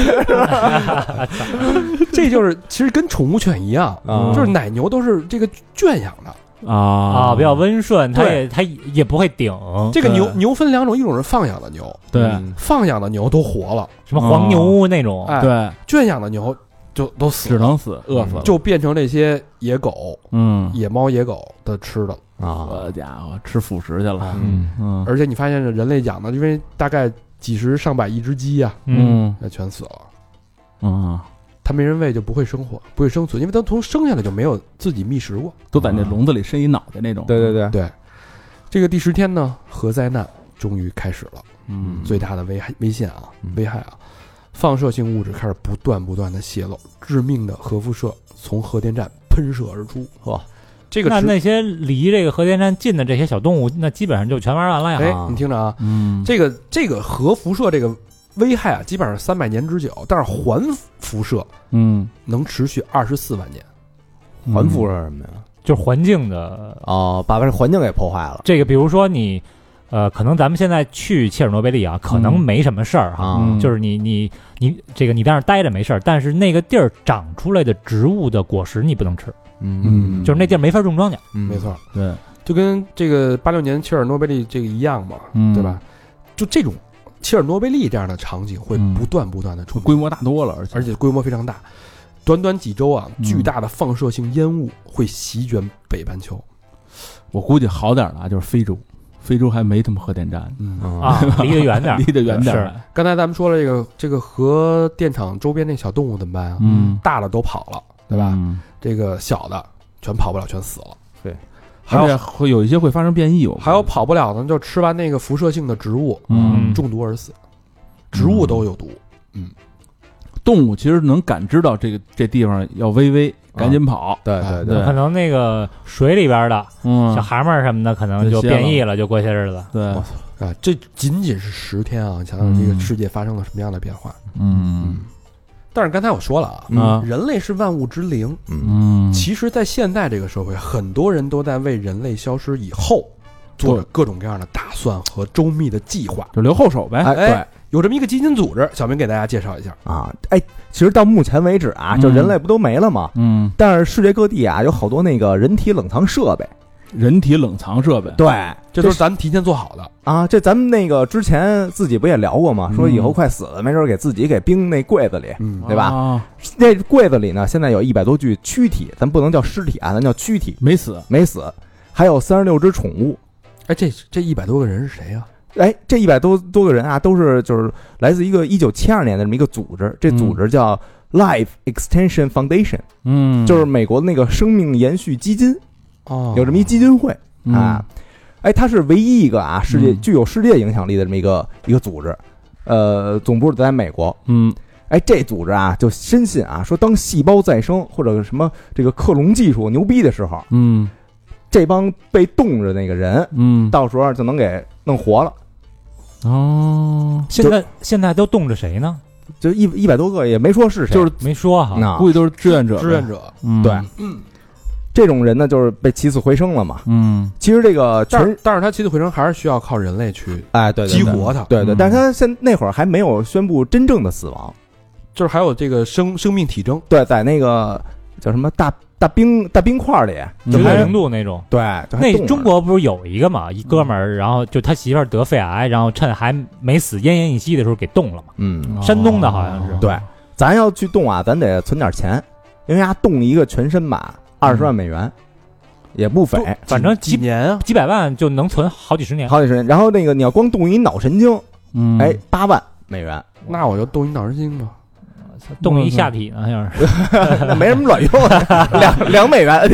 这就是其实跟宠物犬一样，
嗯
就是奶牛都是这个圈养的。
啊
啊，比较温顺，它
对
也它也不会顶
这个
对
牛牛分两种，一种是放养的牛，
对
嗯
放养的牛都活了，
什么黄牛那
哦
种，
哎，
对，
圈养的牛就都死
只
了，
能死，饿死了，
就变成这些野狗、
嗯，
野猫、野狗的吃的。
啊，
好家伙，吃辅食去了，
嗯，
嗯
而且你发现这人类养的，因为大概几十上百亿只鸡呀、
嗯，
那全死了。
嗯，
它没人喂就不会生活，不会生存，因为它从生下来就没有自己觅食过。
都在那笼子里伸一脑袋那种，
对对对，
嗯对，这个第十天呢，核灾难终于开始了。
嗯，
最大的危害危险啊
嗯，
危害啊，放射性物质开始不断不断的泄漏，致命的核辐射从核电站喷射而出。
哇，
这个
那
值
那些离这个核电站近的这些小动物，那基本上就全玩完了呀。
哎
啊，
你听着啊，
嗯，
这个这个核辐射这个危害啊，基本上三百年之久，但是环辐射
嗯
能持续二十四万年。
环辐射什么呀？
就是环境的
嗯哦，把这环境给破坏了
这个，比如说你，呃，可能咱们现在去切尔诺贝利啊，可能
嗯
没什么事儿哈，
啊！
嗯
就是你你你这个你在那儿待着没事儿，但是那个地儿长出来的植物的果实你不能吃，
嗯
就是那地儿没法种庄稼。
嗯
没，错，
对，
就跟这个八六年切尔诺贝利这个一样嘛，
嗯
对吧？就这种切尔诺贝利这样的场景会
嗯
不断不断的出现
规模大多了，而且
而且规模非常大。短短几周啊，
嗯
巨大的放射性烟雾会席卷北半球。
我估计好点儿的啊，就是非洲，非洲还没他妈核电站，
嗯，
嗯
啊，离得远点 儿
离。得远点儿
是
来，
刚才咱们说了这个这个核电厂周边那小动物怎么办啊？
嗯，
大的都跑了，对吧？
嗯？
这个小的全跑不了，全死了。
对，
还
而且
有
会有一些会发生变异，我
还有跑不了的，就吃完那个辐射性的植物，
嗯，
中毒而死。植物都有毒，
动物其实能感知到这个这地方要危危，赶紧跑，
对对
对
可能那个水里边的
嗯
小，蛤蟆儿什么的，可能
就
就
歇
变
了
异了，就过些日子。
对，
啊，这仅仅是十天啊！你想想这个
嗯
世界发生了什么样的变化？
嗯
但是刚才我说了啊，
啊
人类是万物之灵，
嗯，
其实，在现在这个社会，很多人都在为人类消失以后做着各种各样的打算和周密的计划。
就留后手呗，
哎对
哎有这么一个基金组织，小明给大家介绍一下。
啊，哎，其实到目前为止啊，
嗯
就人类不都没了吗？
嗯，
但是世界各地啊，有好多那个人体冷藏设备，
人体冷藏设备，
对，
这都是咱们提前做好的，
啊，这咱们那个之前自己不也聊过吗？说以后快死了，没准儿给自己给冰那柜子里，
嗯
对吧
啊？
那柜子里呢，现在有一百多具躯体，咱不能叫尸体啊，咱叫躯体，
没死，
没死，还有三十六只宠物。
哎，这这一百多个人是谁呀、
哎，这一百多多个人啊，都是就是来自一个一九七二年的这么一个组织，这组织叫 Life Extension Foundation，、
嗯，
就是美国的那个生命延续基金，
哦
有这么一基金会啊。哎，它是唯一一个啊世界
嗯
具有世界影响力的这么一个一个组织，呃，总部在美国，
嗯，
哎，这组织啊，就深信啊，说当细胞再生或者什么这个克隆技术牛逼的时候，
嗯
这帮被冻着那个人，
嗯
到时候就能给弄活了。
嗯，哦，
现在现在都冻着谁呢？啊
就一一百多个也没说是谁，啊
就是啊
没说哈。
那
估计都是志愿者呗，
志愿者，
嗯，
对这种人呢，就是被起死回生了嘛。
嗯，
其实这个
但
全
是但是他起死回生还是需要靠人类去
哎，对对
激
对，
活啊他，
对对，
嗯
但是他现那会儿还没有宣布真正的死亡。
就是还有这个生生命体征，
对，在那个叫什么大大冰大冰块里，
嗯
就
绝
还
对零度那种。
对，就还冻
那
着
中国不是有一个嘛，一哥们儿，然后就他媳妇儿得肺癌，然后趁还没死奄奄一息的时候给冻了嘛。
哦
嗯，
山东的好像是
对，咱要去冻啊，咱得存点钱，因为啊，冻一个全身
嗯
吧，二十万美元，也不菲，
哎
反正
几
基
年啊，
几百万就能存好几十年。
好几十年。然后那个你要光冻一脑神经，
嗯，
哎，八万美元，
那我就动一脑神经吧。
冻一下体呢，要是
那没什么卵用的， 两两美元，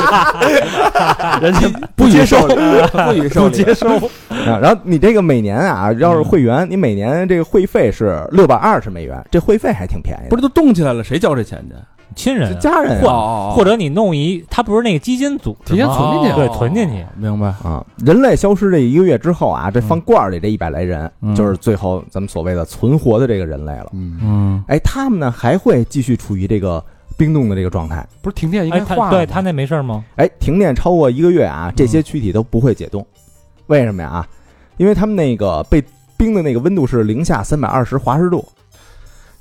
哎
人家
不接受，
不予受接受，
啊，然后你这个每年啊，要是会员，你每年这个会费是六百二十美元，这会费还挺便宜的。
不是都冻起来了，谁交这钱去？
亲人啊，
家人
或
啊
或者你弄一，它不是那个基金组织
哦提前
吗？
存进去，哦
对，存进去。哎
明白？
啊，人类消失这一个月之后啊，这放罐儿里这一百来人，
嗯
就是最后咱们所谓的存活的这个人类了。
嗯，
嗯，
哎，他们呢还会继续处于这个冰冻的这个状态。
不是停电应
哎，
该化
他
了吗
对他那没事儿吗？
哎，停电超过一个月啊，这些躯体都不会解冻。为什么呀？啊，因为他们那个被冰的那个温度是零下三百二十华氏度。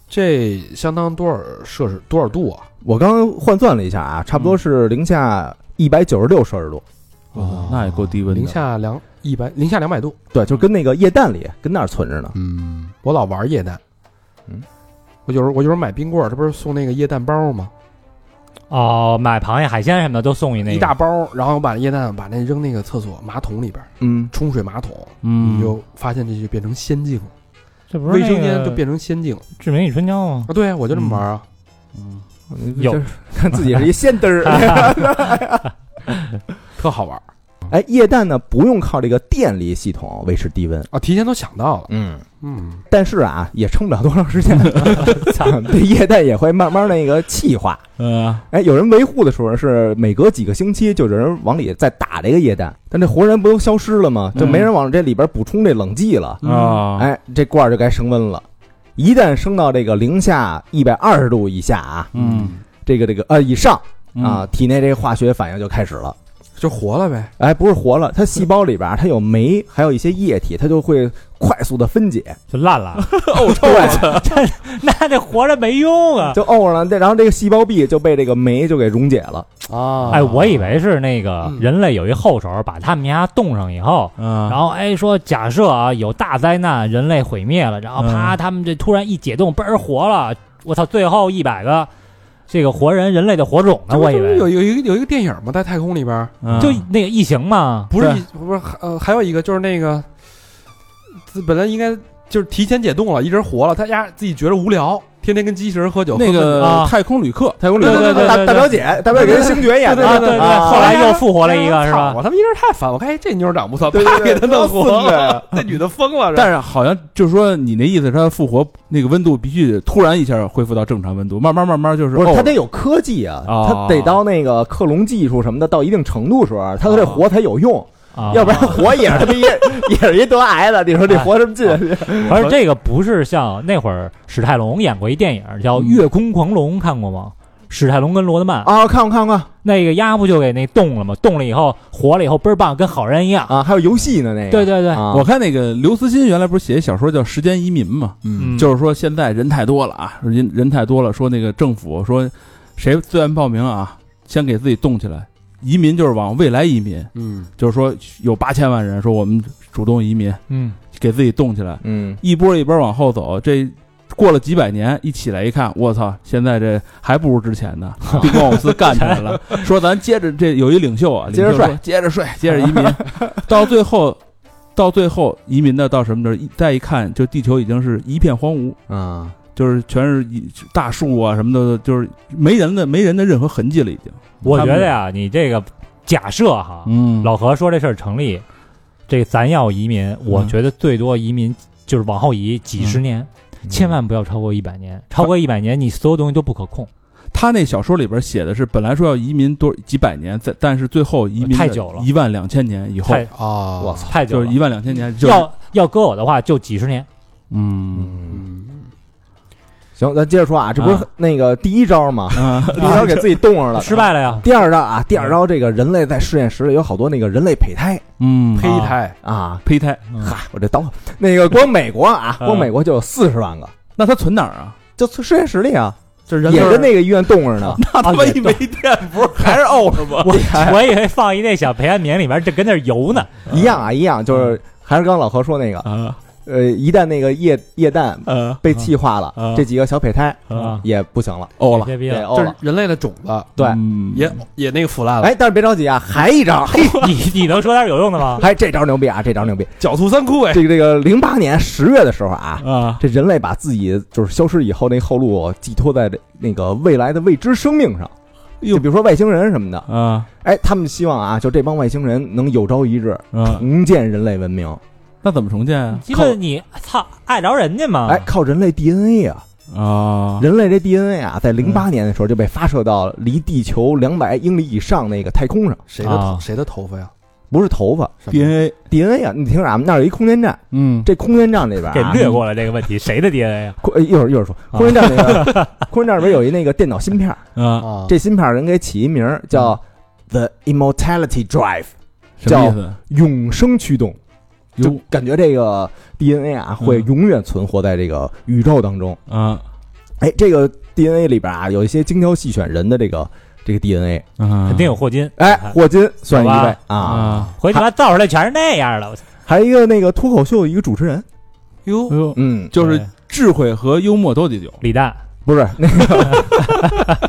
这相当多少摄氏多少度啊？
我刚刚换算了一下啊，差
嗯
不多是零下一百九十六摄氏度。
哦那也够低温的
啊零下两一百，零下两百度。
对，就跟那个液氮里跟那儿存着呢。
嗯，我老玩液氮。
嗯，
我有时候我有时候买冰棍儿，他不是送那个液氮包吗？
哦，买螃蟹、海鲜什么的都送你那个
一大包，然后我把液氮把那扔那个厕所马桶里边，
嗯，
冲水马桶，
嗯
你就发现这就变成仙境了，
这不是
卫生
那个
间就变成仙境啊！
志明与春娇吗？
对啊，我就这么玩啊。
嗯
有
就是看自己是一仙嘚 儿。
特好玩儿
哎，液氮呢不用靠这个电力系统维持低温。
啊！提前都想到了，
嗯，
嗯，
但是啊，也撑不了多长时间，这液氮也会慢慢那个气化。
呃，
哎，有人维护的时候是每隔几个星期就有人往里再打这个液氮，但这活人不都消失了吗？就没人往这里边补充这冷剂了。
啊，
哎，这罐儿就该升温了。一旦升到这个零下一百二十度以下啊，
嗯
这个这个呃以上
嗯
啊，，体内这个化学反应就开始了。
就活了呗。
哎，不是活了，它细胞里边儿它有酶，还有一些液体，它就会快速的分解，
就烂 了，
对，
那这活着没用啊！
就呕上了。这然后这个细胞壁就被这个酶就给溶解了。
啊
哎，我以为是那个
嗯
人类有一后手，把他们家冻上以后，
嗯，
然后哎说假设啊有大灾难，人类毁灭了，然后啪他们这突然一解冻，嘣儿活了，我操，最后一百个这个活人人类的火种呢，
这不
我
是
以为
有有一个有一个电影嘛，在太空里边儿，
嗯
就那个异形嘛，
不是
对
一不是呃，还有一个就是那个，自本来应该就是提前解冻了，一直活了，他丫自己觉着无聊，天天跟机器人喝酒，
那个
啊
太空旅客，
太空里
对对对
大
对对
大表姐，大表姐跟星爵演的，
啊对对，
啊
后来又复活
活
了一个是吧？
我他妈一人太烦，我看哎这妞长不错，
对
啪
对对
给他弄活
多孙子
了嗯
呀，
那女的疯了，是吧
但是好像就是说你那意思，它复活那个温度必须得突然一下恢复到正常温度，慢慢慢慢就是
不是，
哦
它得有科技啊，
哦
它得到那个克隆技术什么的到一定程度时候，它这活才有用，
啊
要不然活也是他妈一也是一得癌的，你说这活什么劲？
而这个不是像那会儿史泰龙演过一电影叫《月空狂龙》，看过吗？史泰龙跟罗德曼
啊，看过看过看过
那个鸭不就给那冻了吗？冻了以后活了以后倍儿棒，跟好人一样。
啊，还有游戏呢那个，
对对对，
啊，
我看那个刘慈欣原来不是写一小说叫《时间移民》嘛，
嗯
就是说现在人太多了啊，人人太多了，说那个政府说谁自愿报名啊，先给自己冻起来。移民就是往未来移民，
嗯，
就是说有八千万人说我们主动移民，
嗯，
给自己冻起来，
嗯
一波一波往后走，这过了几百年，一起来一看，我操，现在这还不如之前 呢，并跟我司干起来了。说咱接着这有一领袖啊，
接着
领袖说，接着睡，接着移民，到最后，到最后移民的到什么地儿？一再一看，就地球已经是一片荒芜，
啊，
就是全是一大树啊什么的，就是没人的没人的任何痕迹了，已经。啊
我觉得呀，你这个假设哈，
嗯
老何说这事儿成立，这咱要移民，我觉得最多移民就是往后移几十年，
嗯
千万不要超过一百年，超过一百年你所有东西都不可控，
他那小说里边写的是，本来说要移民多几百年，但但是最后移民
太久了
一万两千年以后，
太
啊，
我，操，
太久
就
了。
是一万两千年，就是
要要搁我的话，就几十年。
嗯
嗯，
嗯，
行，咱接着说啊，这不是
啊
那个第一招吗？
啊，
第一招给自己冻 上了，
失。败了呀，
第二招啊，第二招这个人类在实验室里有好多那个人类胚胎
嗯，
胚
啊
胎
啊，
胚胎，
嗨，我这刀，那个光美国啊，
嗯
光美国就有四十万个，
那他存哪儿啊？
就实验室里啊，
这人
也
类
跟那个医院冻着呢。
那他
妈一
没电，不是还是沤着 吗？
我我以为放一那小培安皿里边，这跟那儿游呢。
一样啊，一样，就是还是刚刚老何说那个，
啊
呃，一旦那个液液氮
呃，
被气化了，
啊
这几个小胚胎
啊
也不行了，
欧了，
别逼
也
了，
欧
这
了。
人类的种子
对，
嗯
也也那个腐烂了，
哎，但是别着急啊，还一招，嘿，
你你能说点有用的吗？
还这招牛逼啊，这招牛逼！
狡兔三窟哎，
这个这个零八年十月的时候啊，
啊，
这人类把自己就是消失以后那后路寄托在这那个未来的未知生命上，
哎
就比如说外星人什么的，
啊
哎，他们希望啊，就这帮外星人能有朝一日
啊，
重建人类文明，
那怎么重建啊？
基本你操爱着人家嘛。
哎哎，靠人类 DNA 啊，
啊，
人类这 DNA 啊，在零
嗯
八年的时候就被发射到离地球两百英里以上那个太空上，
谁的头、
啊
谁的头发呀
不是头发
什么
DNA，
DNA 啊，你听着啊，那儿有一空间站，
嗯，
这空间站里边、啊、
给略过了这个问题，谁的 DNA 啊？
空呃一会儿一会儿说，空间站那个、 空间站里边有一那个电脑芯片儿，
啊，
啊？
这芯片儿人给起一名儿叫 The Immortality Drive，
什么意思？
永生驱动，就
有
感觉这个 DNA 啊会
嗯
永远存活在这个宇宙当中。
啊
哎，这个 DNA 里边啊有一些精挑细选人的这个这个 DNA，
啊，
肯定有霍金，
哎，霍金算一
好
位
吧
啊，
啊，
回去吧，造出来全是那样的，我操！
还有一个那个脱口秀的一个主持人，
哎呦，
嗯，
就是智慧和幽默都得有，
李诞，
不是 那个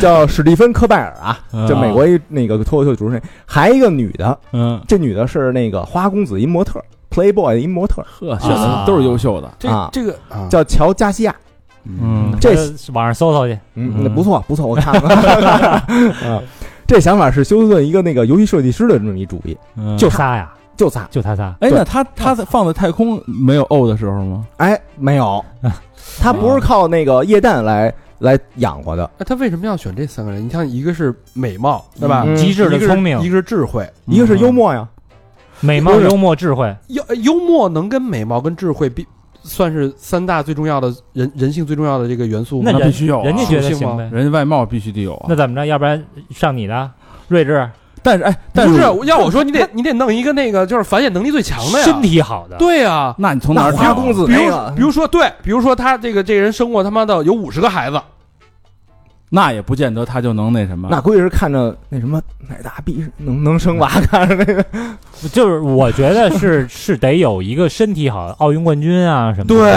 叫史蒂芬科拜尔啊，
啊
就美国一那个脱口秀主持人，还一个女的，
嗯，
这女的是那个花公子一模特，Playboy 的一模特，
呵，选的都是优秀的，
这、
啊
这个啊，
叫乔加西亚，
嗯
这
回去网上搜搜去，
嗯
嗯，
那不错不错，我看 了，啊，这想法是休斯顿一个那个游戏设计师的这么一主意，
嗯
就仨呀，
就仨，
就他仨，
哎，
对
那他他在放在太空没有 O 的时候吗？
哎，没有，他不是靠那个液氮来来养活的，
那哎他为什么要选这三个人？你像一个是美貌，对吧？
嗯
机智
一
的
个是
聪明
一，个是智慧，
一个是幽默呀，
美貌、
不是
幽默、智慧，
幽呃幽默能跟美貌跟智慧比，算是三大最重要的人人性最重要的这个元素吗。
那
人
必须有啊，
人家觉得
属性
行
吗
呗。
人家外貌必须得有啊
那。怎么着？要不然上你的睿智，
但是哎，但
不是
是
要我说，你得你得弄一个那个就是繁衍能力最强的呀，
身体好的，
对呀。
那你从哪
那
儿
花
找
公子
比
那
如，
个
比如说，对，比如说他这个这个人生过他妈的有五十个孩子，
那也不见得他就能那什么。
那估计是看着那什么奶大逼是能能生娃，看着那个
就是我觉得是 是得有一个身体好的奥运冠军啊什么的。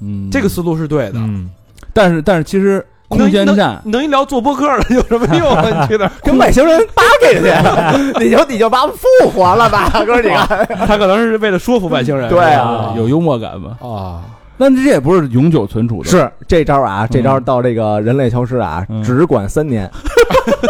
嗯，
哎这个思路是对的。
嗯，
但是但是其实空间站
能一聊做播客了有什么用啊？你去那儿
跟外星人搭给去， 你就你就把我们复活了吧，哥几个。
他可能是为了说服外星 人。
对
啊
有幽默感吗？
啊，
那这也不是永久存储的，
是这招啊，这招到这个人类消失啊，
嗯
只管三年。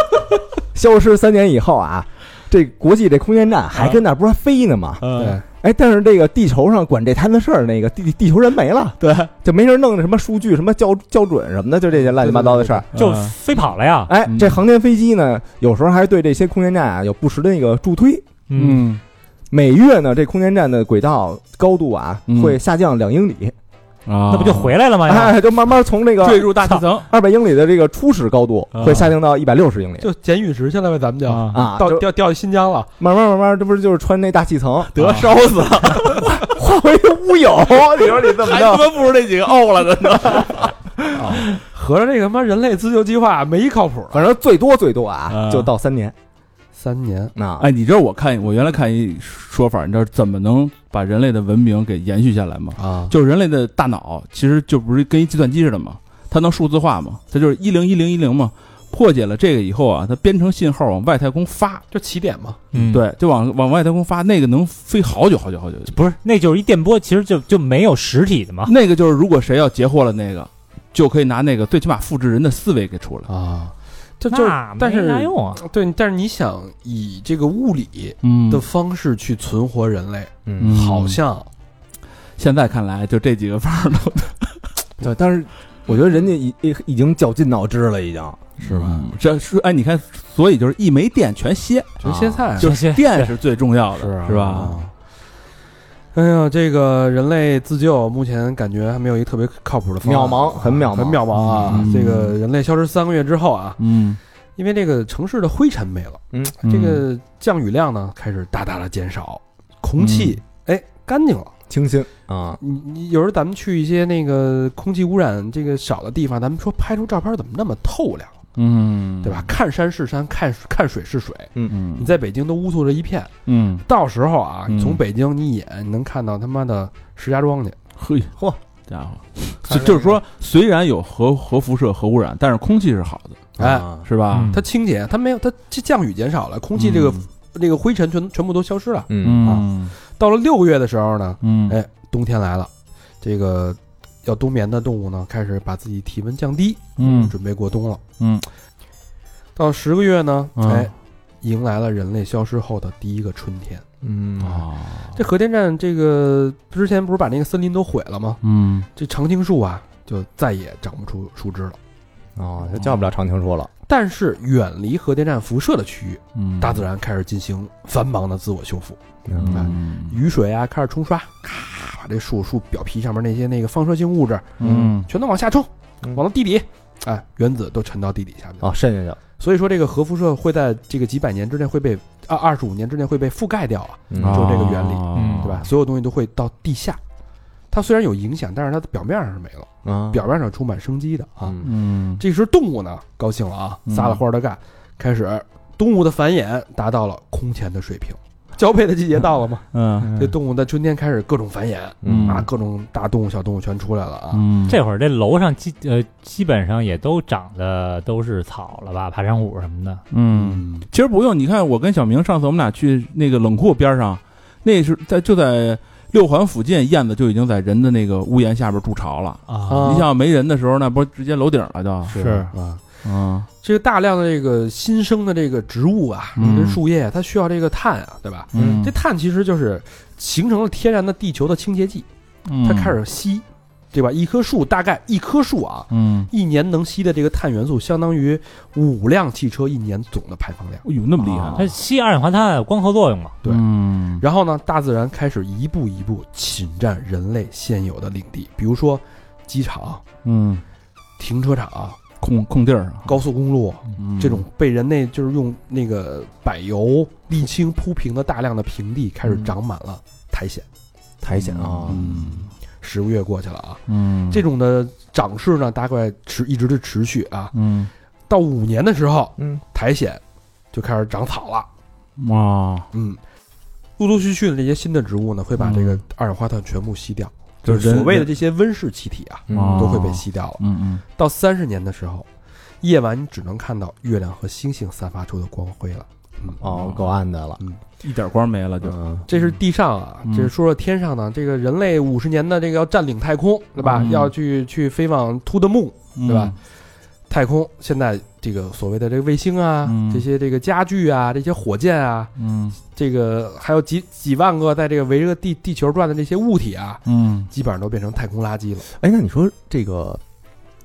消失三年以后啊，这国际这空间站
啊
还跟那儿不是飞呢吗？
嗯，
哎，但是这个地球上管这摊子事儿那个地地球人没了，
对，
就没人弄那什么数据、什么校校准什么的，就这些乱七八糟的事儿。
就飞跑了呀。
哎，
嗯
这航天飞机呢，有时候还对这些空间站啊有不时的那个助推。
嗯，
嗯，
每月呢，这空间站的轨道高度啊
嗯
会下降两英里，
啊，
那不就回来了吗？
哎，就慢慢从这个
入 大气层
二百英里的这个初始高度
啊
会下降到一百六十英里
就捡陨石去了呗，咱们就
啊？
啊，
到
就
掉掉新疆了，
慢慢慢慢，这不是就是穿那大气层啊
得
烧死了，化为乌有。你说你怎么弄？
妈不 如那几个欧了，真的。合着这个他妈人类自救计划没一靠谱的，
反正最多最多啊
啊，
就到三年
三年
啊。
哎，你知道我看我原来看一说法，你知道怎么能把人类的文明给延续下来吗？
啊，
就是人类的大脑其实就不是跟一计算机似的嘛，它能数字化嘛，它就是一零一零一零嘛。破解了这个以后啊，它编程信号往外太空发，
就起点嘛。
嗯，，
对，就往往外太空发，那个能飞好久好久好久。
不是，那就是一电波，其实就就没有实体的嘛。
那个就是如果谁要截获了那个，就可以拿那个最起码复制人的思维给出来。
啊，这就
那
但是
没啥用啊。
对，但是你想以这个物理
嗯
的方式去存活人类，
嗯，
好像
现在看来就这几个方法都
对，但是我觉得人家已已已经绞尽脑汁了，已经。
是吧？ 这是哎，你看，所以就是一没电全歇，
就歇菜啊
就
歇
是电是最重要的，
啊
是吧？
啊哎呀，这个人类自救目前感觉还没有一个特别靠谱的方案，
渺茫很渺茫
很渺茫啊！
嗯
这个人类消失三个月之后啊，
嗯，
因为这个城市的灰尘没了，
嗯，
这个降雨量呢开始大大的减少，空气哎干净了。
清新啊，
你你有时候咱们去一些那个空气污染这个少的地方，咱们说拍出照片怎么那么透亮，
嗯，
对吧？？看山是山，看看水是水。
嗯
你在北京都污涂着一片，
嗯，
到时候啊，
嗯嗯
你从北京你一眼你能看到他妈的石家庄去。
嘿，
嚯，
家伙，就就是说，虽然有核核辐射、核污染，但是空气是好的，
哎，
啊
是吧？
嗯
它清洁，它没有，它这降雨减少了，空气这个、啊这个灰尘全全部都消失了。
嗯
嗯
到了六个月的时候呢，
嗯
哎冬天来了，这个要冬眠的动物呢，开始把自己体温降低，
嗯
准备过冬了。
嗯，
到十个月呢，
嗯
哎，迎来了人类消失后的第一个春天。哎
嗯啊，
啊，
这核电站这个之前不是把那个森林都毁了吗？
嗯
这常青树啊，就再也长不出树枝了。
哦，就叫不了常青树了。
但是远离核电站辐射的区域，
嗯
大自然开始进行繁忙的自我修复，
明白，
嗯
雨水啊开始冲刷，咔把这树树表皮上面那些那个放射性物质
嗯
全都往下冲，
嗯
往到地底，哎，原子都沉到地底下面。
哦，渗下去了。
所以说这个核辐射会在这个几百年之内会被啊二十五年之内会被覆盖掉啊，
嗯
就这个原理
哦
嗯
对吧？？所有东西都会到地下。它虽然有影响，但是它的表面上是没了，
啊，
表面上充满生机的啊。
嗯
嗯
这时候动物呢高兴了啊，
嗯
撒了欢儿的干，开始动物的繁衍达到了空前的水平。交配的季节到了嘛，
嗯
这动物在春天开始各种繁衍
嗯
啊，各种大动物、小动物全出来了啊。
嗯，
这会儿这楼上基呃基本上也都长的都是草了吧，爬山虎什么的。
嗯，
其实不用，你看我跟小明上次我们俩去那个冷库边上，那是在就在六环附近，燕子就已经在人的那个屋檐下边筑巢了。
啊
你想没人的时候，那不直接楼顶了就？
是
啊，
嗯
这个大量的这个新生的这个植物啊，
嗯
跟树叶啊，它需要这个碳啊，对吧？
嗯，
这碳其实就是形成了天然的地球的清洁剂，
嗯
嗯
它开始吸，对吧？一棵树大概一棵树啊，
嗯，
一年能吸的这个碳元素相当于五辆汽车一年总的排放量。
哎呦，那么厉害
啊它吸二氧化碳光合作用嘛。
对
嗯
然后呢，大自然开始一步一步侵占人类现有的领地，比如说机场、
嗯
停车场、
空空地儿啊上，
高速公路
嗯
这种被人类就是用那个柏油、沥青铺平的大量的平地，开始长满了苔藓。
苔藓啊，
嗯
十个月过去了啊，
嗯，
这种的长势呢，大概持一直的持续啊，
嗯
到五年的时候，
嗯，
苔藓就开始长草了。
哇，
嗯，陆陆续续的这些新的植物呢，会把这
嗯
个二氧化碳全部吸掉，就是所谓的这些温室气体啊，
嗯
哦
都会被吸掉了。
嗯
到三十年的时候，夜晚你只能看到月亮和星星散发出的光辉了。嗯，
哦，够暗的了。
一点光没了就。
嗯，
这是地上啊，
嗯
这是说说天上呢，这个人类五十年的这个要占领太空，对吧？
嗯
要去去飞往 to the moon，
嗯，
对吧？太空现在这个所谓的这个卫星啊，
嗯
这些这个家具啊，这些火箭啊，
嗯
这个还有几几万个在这个围着地地球转的这些物体啊，
嗯
基本上都变成太空垃圾了。
哎，那你说这个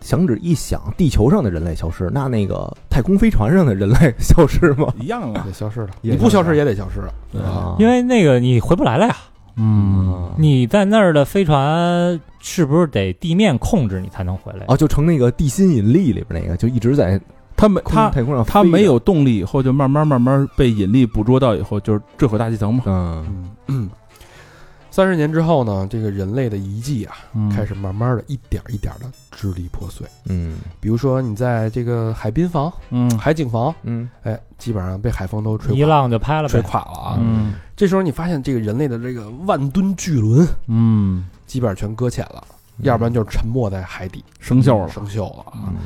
响指一响，地球上的人类消失，那那个太空飞船上的人类 消失吗？
一样啊，
也消失了，
也
你不消
消失
失
了
也得消失了。
呃嗯
啊，
因为那个你回不来了呀，
嗯
你在那儿的飞船是不是得地面控制你才能回来？
啊
哦，就成那个地心引力里边那个，就一直在
他没
空
他
太空上飞
他
着
没有动力以后，就慢慢慢慢被引力捕捉到以后，就是坠毁大气层嘛。
嗯
嗯嗯，三十年之后呢，这个人类的遗迹啊，
嗯，
开
始，
始慢慢的一点一点的支离破碎。
嗯
比如说，你在这个海滨房、
嗯
海景房，
嗯
哎，基本上被海风都吹
一
垮，
浪就拍了
吹
呗。
垮了啊。
嗯
这时候你发现，这个人类的这个万吨巨轮
嗯
基本上全搁浅了，要不然就是沉没在海底
嗯生锈了，
生锈了啊。
嗯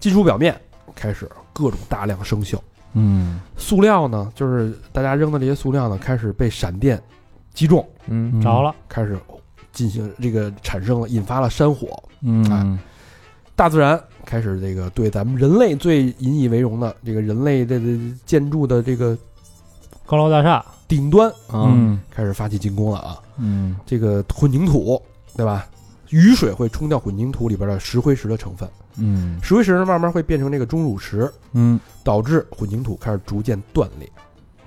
金属表面开始各种大量生锈，
嗯
塑料呢，就是大家扔的这些塑料呢，开始被闪电击中，
嗯
着了，
开始进行这个产生了，引发了山火。哎
嗯
大自然开始这个对咱们人类最引以为荣的这个人类的建筑的这个
高楼大厦，
顶端
啊
嗯
开始发起进攻了啊！
嗯
这个混凝土，对吧？雨水会冲掉混凝土里边的石灰石的成分，
嗯
石灰石呢慢慢会变成这个钟乳石，
嗯
导致混凝土开始逐渐断裂。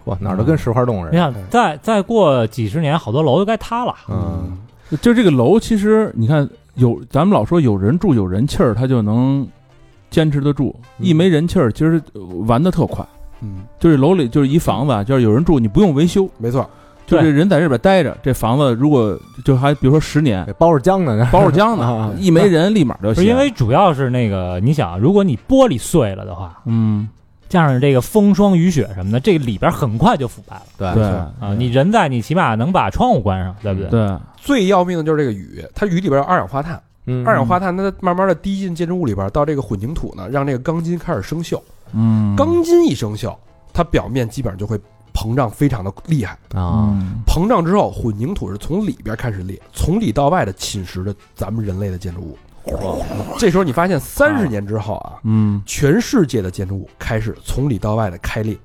哇，哪儿都跟石花洞似
你
的。
想
嗯
再再过几十年，好多楼就该塌了。
嗯，
就这个楼，其实你看有咱们老说有人住有人气儿，它就能坚持得住；
嗯
一没人气儿，其实呃玩的特快。
嗯，
就是楼里就是一房子啊，就是有人住，你不用维修，
没错，
就
对
这人在这边待着，这房子如果就还比如说十 年
给包着浆呢，那
包着浆呢，
啊
一没人立马就
不
歇
是因为主要是那个，你想，啊如果你玻璃碎了的话，
嗯
加上这个风霜雨雪什么的，这里边很快就腐败了
对
对
啊！
嗯
你人在，你起码能把窗户关上，对不对？
对
最要命的就是这个雨，它雨里边有二氧化碳，
嗯
二氧化碳它慢慢的滴进建筑物里边，到这个混凝土呢，让这个钢筋开始生锈。
嗯
钢筋一生锈，它表面基本上就会膨胀，非常的厉害。
啊，
膨胀之后，混凝土是从里边开始裂，从里到外的侵蚀着咱们人类的建筑物。这时候你发现，三十年之后啊，
嗯
全世界的建筑物开始从里到外的开裂，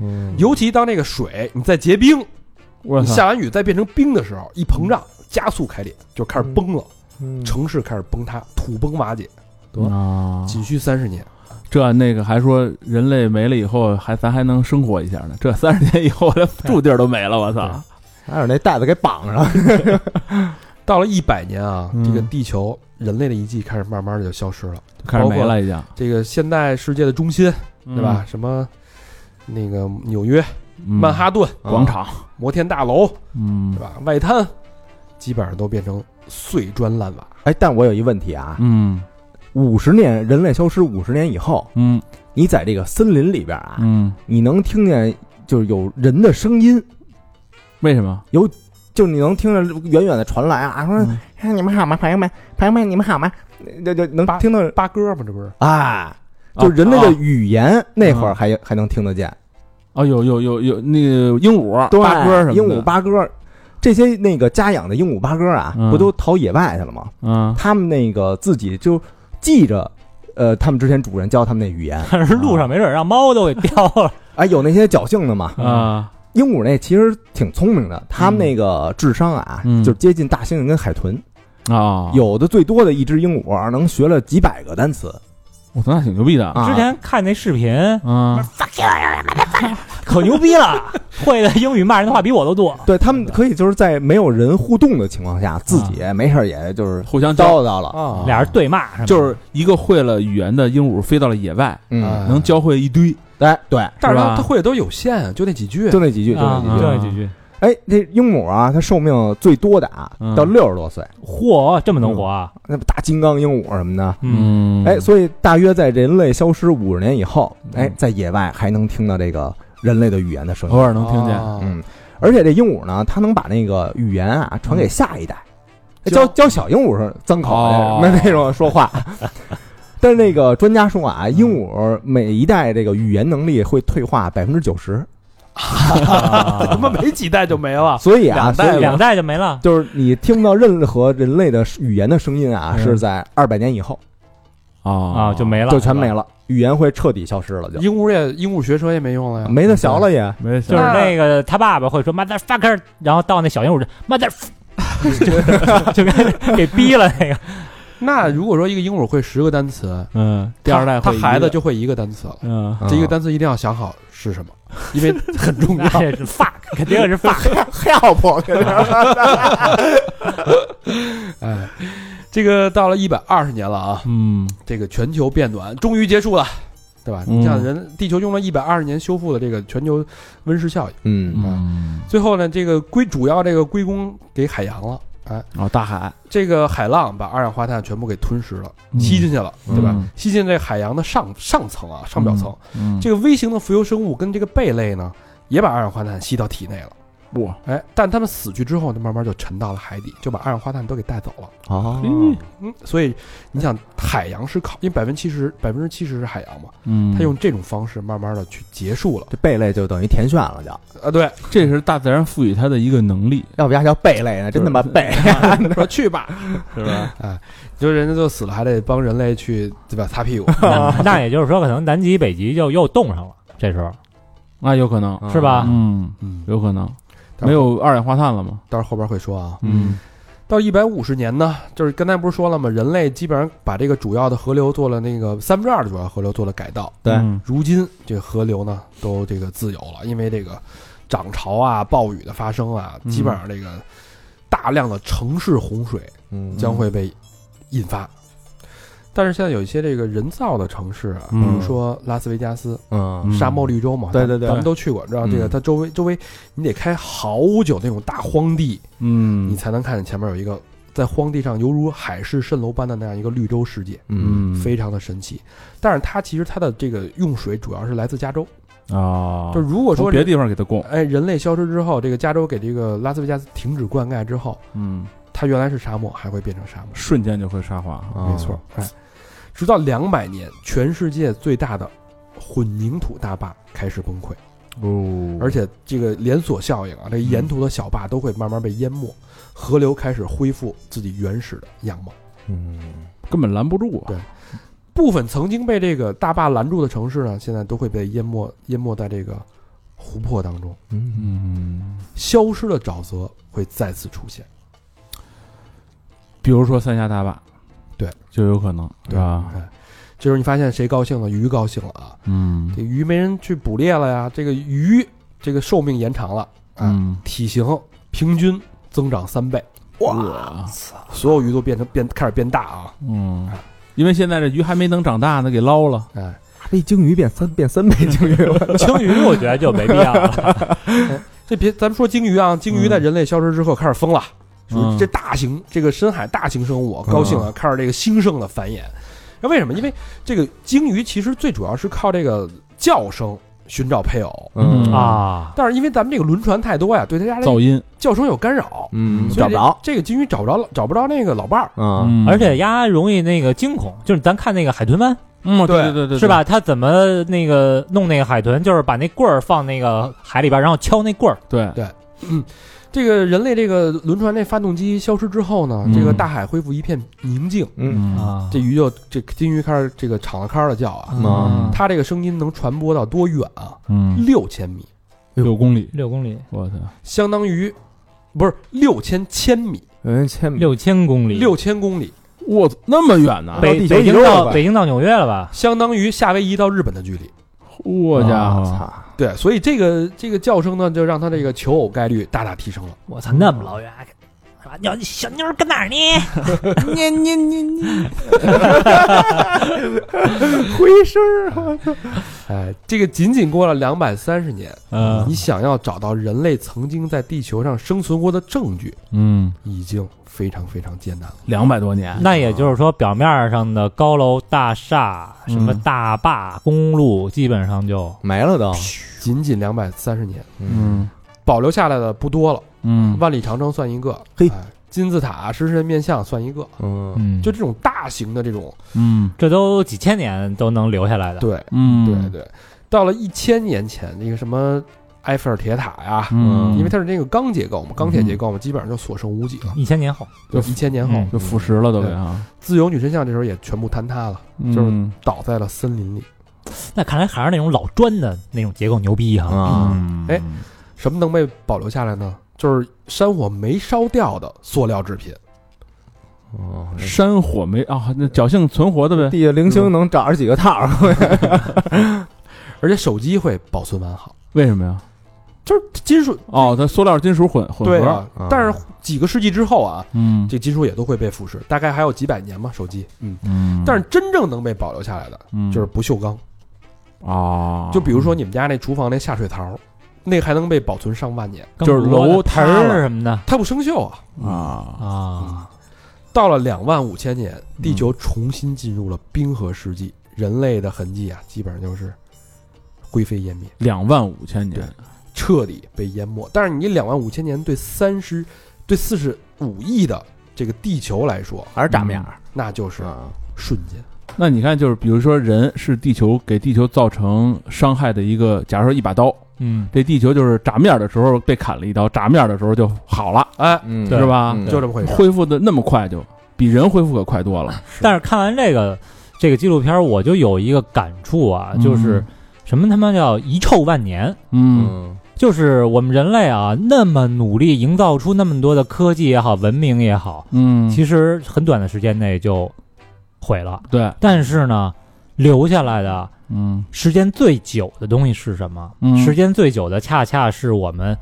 嗯
尤其当这个水你在结冰，
我
你
操，
下完雨再变成冰的时候，一膨胀加速开裂就开始崩了。
嗯
城市开始崩塌，土崩瓦解，
啊
仅需三十年。
这那个还说人类没了以后还咱还能生活一下呢，这三十年以后连住地儿都没了，我操！
还有那袋子给绑上，
到了一百年啊，
嗯
这个地球人类的遗迹开始慢慢的就消失了。
开始没了已经，
这个现代世界的中心，
对
对
嗯
吧？？什么那个纽约、曼哈顿
嗯广场，
摩天大楼，
嗯
对吧？外滩基本上都变成碎砖烂瓦。
哎，但我有一问题啊，
嗯
五十年人类消失五十年以后，
嗯
你在这个森林里边啊，
嗯，
你能听见就是有人的声音，
为什么？
就你能听着远远的传来啊，说、
嗯
哎你们好吗，朋友们，朋友们你们好吗，就就能
八
听到
八哥嘛，这不是
啊，就人类的语言那
嗯
会儿还还能听得见，
哦，有有有有那个鹦鹉、
对
八哥什么的，
鹦鹉、八哥，这些那个家养的鹦鹉、八哥啊，
嗯
不都逃野外去了吗？
嗯，
他们那个自己就记着，呃，他们之前主人教他们那语言，
但是路上没准让猫都给叼了。
哎，有那些侥幸的嘛。
啊，
鹦鹉那其实挺聪明的，他们那个智商啊，
嗯
就接近大猩猩跟海豚。
啊，，
有的最多的一只鹦鹉啊能学了几百个单词
我操，那挺牛逼的啊，
啊。
之前看那视频
嗯
可牛逼了，会的英语骂人的话比我都多。
啊
对他们可以就是在没有人互动的情况下，自己没事儿也就是
互相教，
叨叨了，
啊
俩人对骂什么的，
就是一个会了语言的鹦鹉飞到了野外，
嗯，
能教会一堆，
哎，对，
但是
是吧
他他会的都有限啊，就那几句。
就那几句，就那
啊
几
啊
句。
对几句，
哎，那鹦鹉啊，它寿命最多的啊
嗯，
到六十多岁，
嚯，这么能活啊！
那大金刚鹦鹉什么的。
嗯，
哎，所以大约在人类消失五十年以后，哎，在野外还能听到这个人类的语言的声
偶
音。
尔能听见，
啊
嗯，而且这鹦鹉呢，它能把那个语言啊传给下一代，哎教教小鹦鹉是脏口
哦
那那种说话。但是那个专家说啊，鹦鹉每一代这个语言能力会退化百分之九十，
他妈没几代就没了。
所以啊，
两代
所以
两代就没了。
就是你听不到任何人类的语言的声音啊，
嗯
是在二百年以后
啊
啊，就没了，
就全没了，语言会彻底消失了，就
鹦鹉也鹦鹉学车也没用了呀，
没得学了也。
没
就是那个他爸爸会说 motherfucker，然后到那小鹦鹉这 mother，就就给给逼了 那个。
那如果说一个鹦鹉会十个单词，
嗯，第
他
二代
他
会
孩子
一个
就会一个单词了。
嗯
这一个单词一定要想好是什么，因为很重 要
那。是 fuck，肯定是 fuck。
哎，这个到了一百二十年了啊，
嗯
这个全球变暖终于结束了，对吧？
嗯
你像人地球用了一百二十年修复的这个全球温室效应，
嗯，
嗯
最后呢，这个归主要这个归功给海洋了。哎，
哦，大海
这个海浪把二氧化碳全部给吞噬了，吸进去了，对吧
嗯？
吸进这海洋的上上层啊，上表层。
嗯
这个微型的浮游生物跟这个贝类呢，也把二氧化碳吸到体内了。
哇，
哎，但它们死去之后，就慢慢就沉到了海底，就把二氧化碳都给带走了。
哦，
嗯，所以你想，海洋是靠，因为百分之七十百分之七十是海洋嘛，
嗯，
它用这种方式慢慢的去结束了。
这贝类就等于填炫了，就
啊，对，
这是大自然赋予它的一个能力，
要不然叫贝类呢，真他妈贝。
说去吧，
是吧？
就人家就死了，还得帮人类去对吧擦屁股。
那那也就是说，可能南极、北极就又冻上了。这时候
那有可能，
是吧？
嗯，
嗯，
有可能没有二氧化碳了吗？
到时候后边会说啊。
嗯
到一百五十年呢，就是刚才不是说了吗？人类基本上把这个主要的河流做了那个三分之二的主要河流做了改道。
对
嗯
如今这个河流呢都这个自由了，因为这个涨潮啊、暴雨的发生啊，
嗯
基本上这个大量的城市洪水
嗯
将会被引发。但是现在有一些这个人造的城市啊，比
嗯
如说拉斯维加斯、
嗯
嗯
沙漠绿洲嘛，
对对对
咱们都去过，知道这个
嗯
它周围周围你得开好久那种大荒地，你
嗯
才能看见前面有一个在荒地上犹如海市蜃楼般的那样一个绿洲世界，
嗯
非常的神奇。但是它其实它的这个用水主要是来自加州。
啊，
就如果
从
说
别
人
的地方给它供，
哎，人类消失之后，这个加州给这个拉斯维加斯停止灌溉之后，
嗯，
它原来是沙漠，还会变成沙漠。
瞬间就会沙化，
啊
没错，哎，直到两百年，全世界最大的混凝土大坝开始崩溃，
哦
而且这个连锁效应啊，这沿途的小坝都会慢慢被淹没，河流开始恢复自己原始的样貌。
嗯
根本拦不住啊
对，部分曾经被这个大坝拦住的城市呢，现在都会被淹没淹没在这个湖泊当中。
嗯，
嗯，
消失的沼泽会再次出现。
比如说三峡大坝，
对，
就有可能，
对
吧？
哎这时候你发现谁高兴了？鱼高兴了啊！
嗯
这鱼没人去捕猎了呀，这个鱼这个寿命延长了，啊
嗯，
体型平均增长三倍，
哇，
所有鱼都变成变开始变大啊！
嗯，因为现在这鱼还没能长大呢，给捞了，
哎，
被鲸鱼变三变三倍鲸鱼，
鲸鱼我觉得就没必要 了，
这别咱们说鲸鱼啊，鲸鱼在
嗯
人类消失之后开始疯了，属于
嗯
这大型这个深海大型生物高兴啊
嗯
了，开始这个兴盛的繁衍。那为什么？因为这个鲸鱼其实最主要是靠这个叫声寻找配偶，
嗯
啊，
但是因为咱们这个轮船太多呀，对它家这
噪音，
叫声有干扰，
嗯，
所以
找不着，
这这个鲸鱼找不着找不着那个老伴儿。
嗯，
嗯
而且鸭容易那个惊恐，就是咱看那个海豚湾
嗯，对
对
对对对，
是？吧？它怎么那个弄那个海豚，就是把那棍儿放那个海里边，然后敲那棍儿，
对，
这个人类这个轮船这发动机消失之后呢，
嗯
这个大海恢复一片宁静，
嗯
啊，
这鱼就这鲸鱼开始这个敞了开了叫啊，
嗯
它这个声音能传播到多远啊？
嗯，
六千米，
六公里，
六公里，
我操，
相当于不是六千千米，
有人千米，
六千公
嗯
里，
六千公里，
我操那么远呢？
北
到地球
北京
仪了
到
吧
北京到纽约了吧？
相当于夏威夷到日本的距离。
我家
啊
伙，
操，
对，所以这个这个叫声呢，就让它这个求偶概率大大提升了。
我操，那么老远。是吧？你小妞儿搁哪儿 呢？
你你你你，回声儿，
哎，这个仅仅过了两百三十年，
嗯
呃
你想要找到人类曾经在地球上生存过的证据，
嗯，
已经非常非常艰难了。
两百多年，
那也就是说，表面上的高楼大厦、什么
嗯
大坝、公路，基本上就
没了都，
仅仅两百三十年，
嗯，
嗯
保留下来的不多了。
嗯，
万里长城算一个，
嘿
哎，金字塔、狮身人面像算一个，
嗯，
嗯，
就这种大型的这种，
嗯
这都几千年都能留下来的。
对，
嗯，
对对。到了一千年前，那个什么埃菲尔铁塔呀，
嗯，
因为它是那个钢结构嘛，钢铁结构嘛，基本上就所剩无几了。
一千年后，
就一千年后，
嗯
就腐蚀了都给啊，
自由女神像这时候也全部坍塌了，就是
嗯
倒在了森林里。
那看来还是那种老砖的那种结构牛逼哈。
啊，
嗯，
哎什么能被保留下来呢？就是山火没烧掉的塑料制品。
哦
山火没啊，那侥幸存活的呗，
地下零星能找着几个套儿，
而且手机会保存完好，
为什么呀？
就是金属
哦，它塑料金属混混
对
合，
啊，但是几个世纪之后啊，
嗯
这金属也都会被腐蚀，大概还有几百年嘛，手机。嗯，
嗯，
但是真正能被保留下来的
嗯
就是不锈钢，
啊，
就比如说你们家那厨房那下水槽，那还能被保存上万年，
就是楼塌
台
了
儿什么的
它不生锈啊。
啊，
啊，
到了两万五千年，地球重新进入了冰河世纪，人类的痕迹啊，基本上就是灰飞烟灭，
两万五千年，
彻底被淹没。但是你两万五千年对三十、对四十五亿的这个地球来说，
还是炸面儿，
那就是
啊，
瞬间。
那你看，就是比如说，人是地球给地球造成伤害的一个，假如说一把刀，
嗯，
这地球就是炸面的时候被砍了一刀，炸面的时候就好了，
哎，
嗯，
是吧？
嗯
就这么回事。
恢复的那么快就，比人恢复可快多了。
但是看完这个这个纪录片儿，我就有一个感触啊，
嗯
就是什么他妈叫遗臭万年。
嗯
嗯，
就是我们人类啊，那么努力营造出那么多的科技也好，文明也好，
嗯，
其实很短的时间内就毁了。
对，
但是呢，留下来的
嗯
时间最久的东西是什么？
嗯
时间最久的恰恰是我们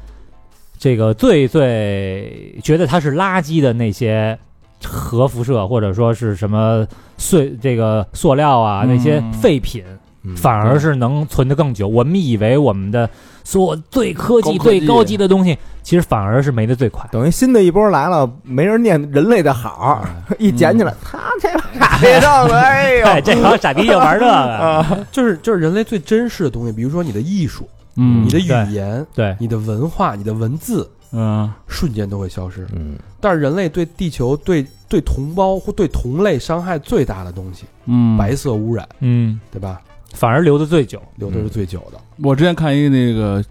这个最最觉得它是垃圾的那些核辐射，或者说是什么碎这个塑料啊
嗯
那些废品，
嗯
反而是能存得更久。我们以为我们的所有最科技、
高科技
最高级的东西，其实反而是没得最快。
等于新的一波来了，没人念人类的好， 一捡起来，他这傻逼弄的，哎呦，
哎，这帮傻逼就 玩这
啊
个，
就是就是人类最真实的东西，比如说你的艺术、
嗯
你的
对
语言、
对，
你的文化、你的文字，
嗯
瞬间都会消失。
嗯，
但是人类对地球、对对同胞或对同类伤害最大的东西，
嗯，
白色污染，
嗯，
对吧？
反而留得最久。
留
嗯
的是最久的。
我之前看一个那个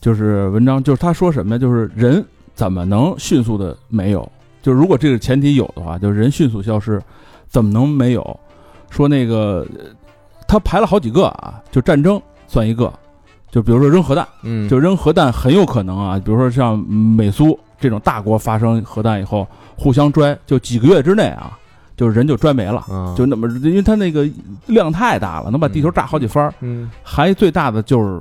就是文章，就是他说什么呀？就是人怎么能迅速的没有？就是如果这个前提有的话，就是人迅速消失，怎么能没有？说那个呃他排了好几个啊，就战争算一个，就比如说扔核弹，
嗯，
就扔核弹很有可能啊，比如说像美苏这种大国发生核弹以后，互相拽，就几个月之内啊，就是人就拽没了。
嗯
就那么，因为它那个量太大了，能把地球炸好几番儿。
嗯，
还最大的就是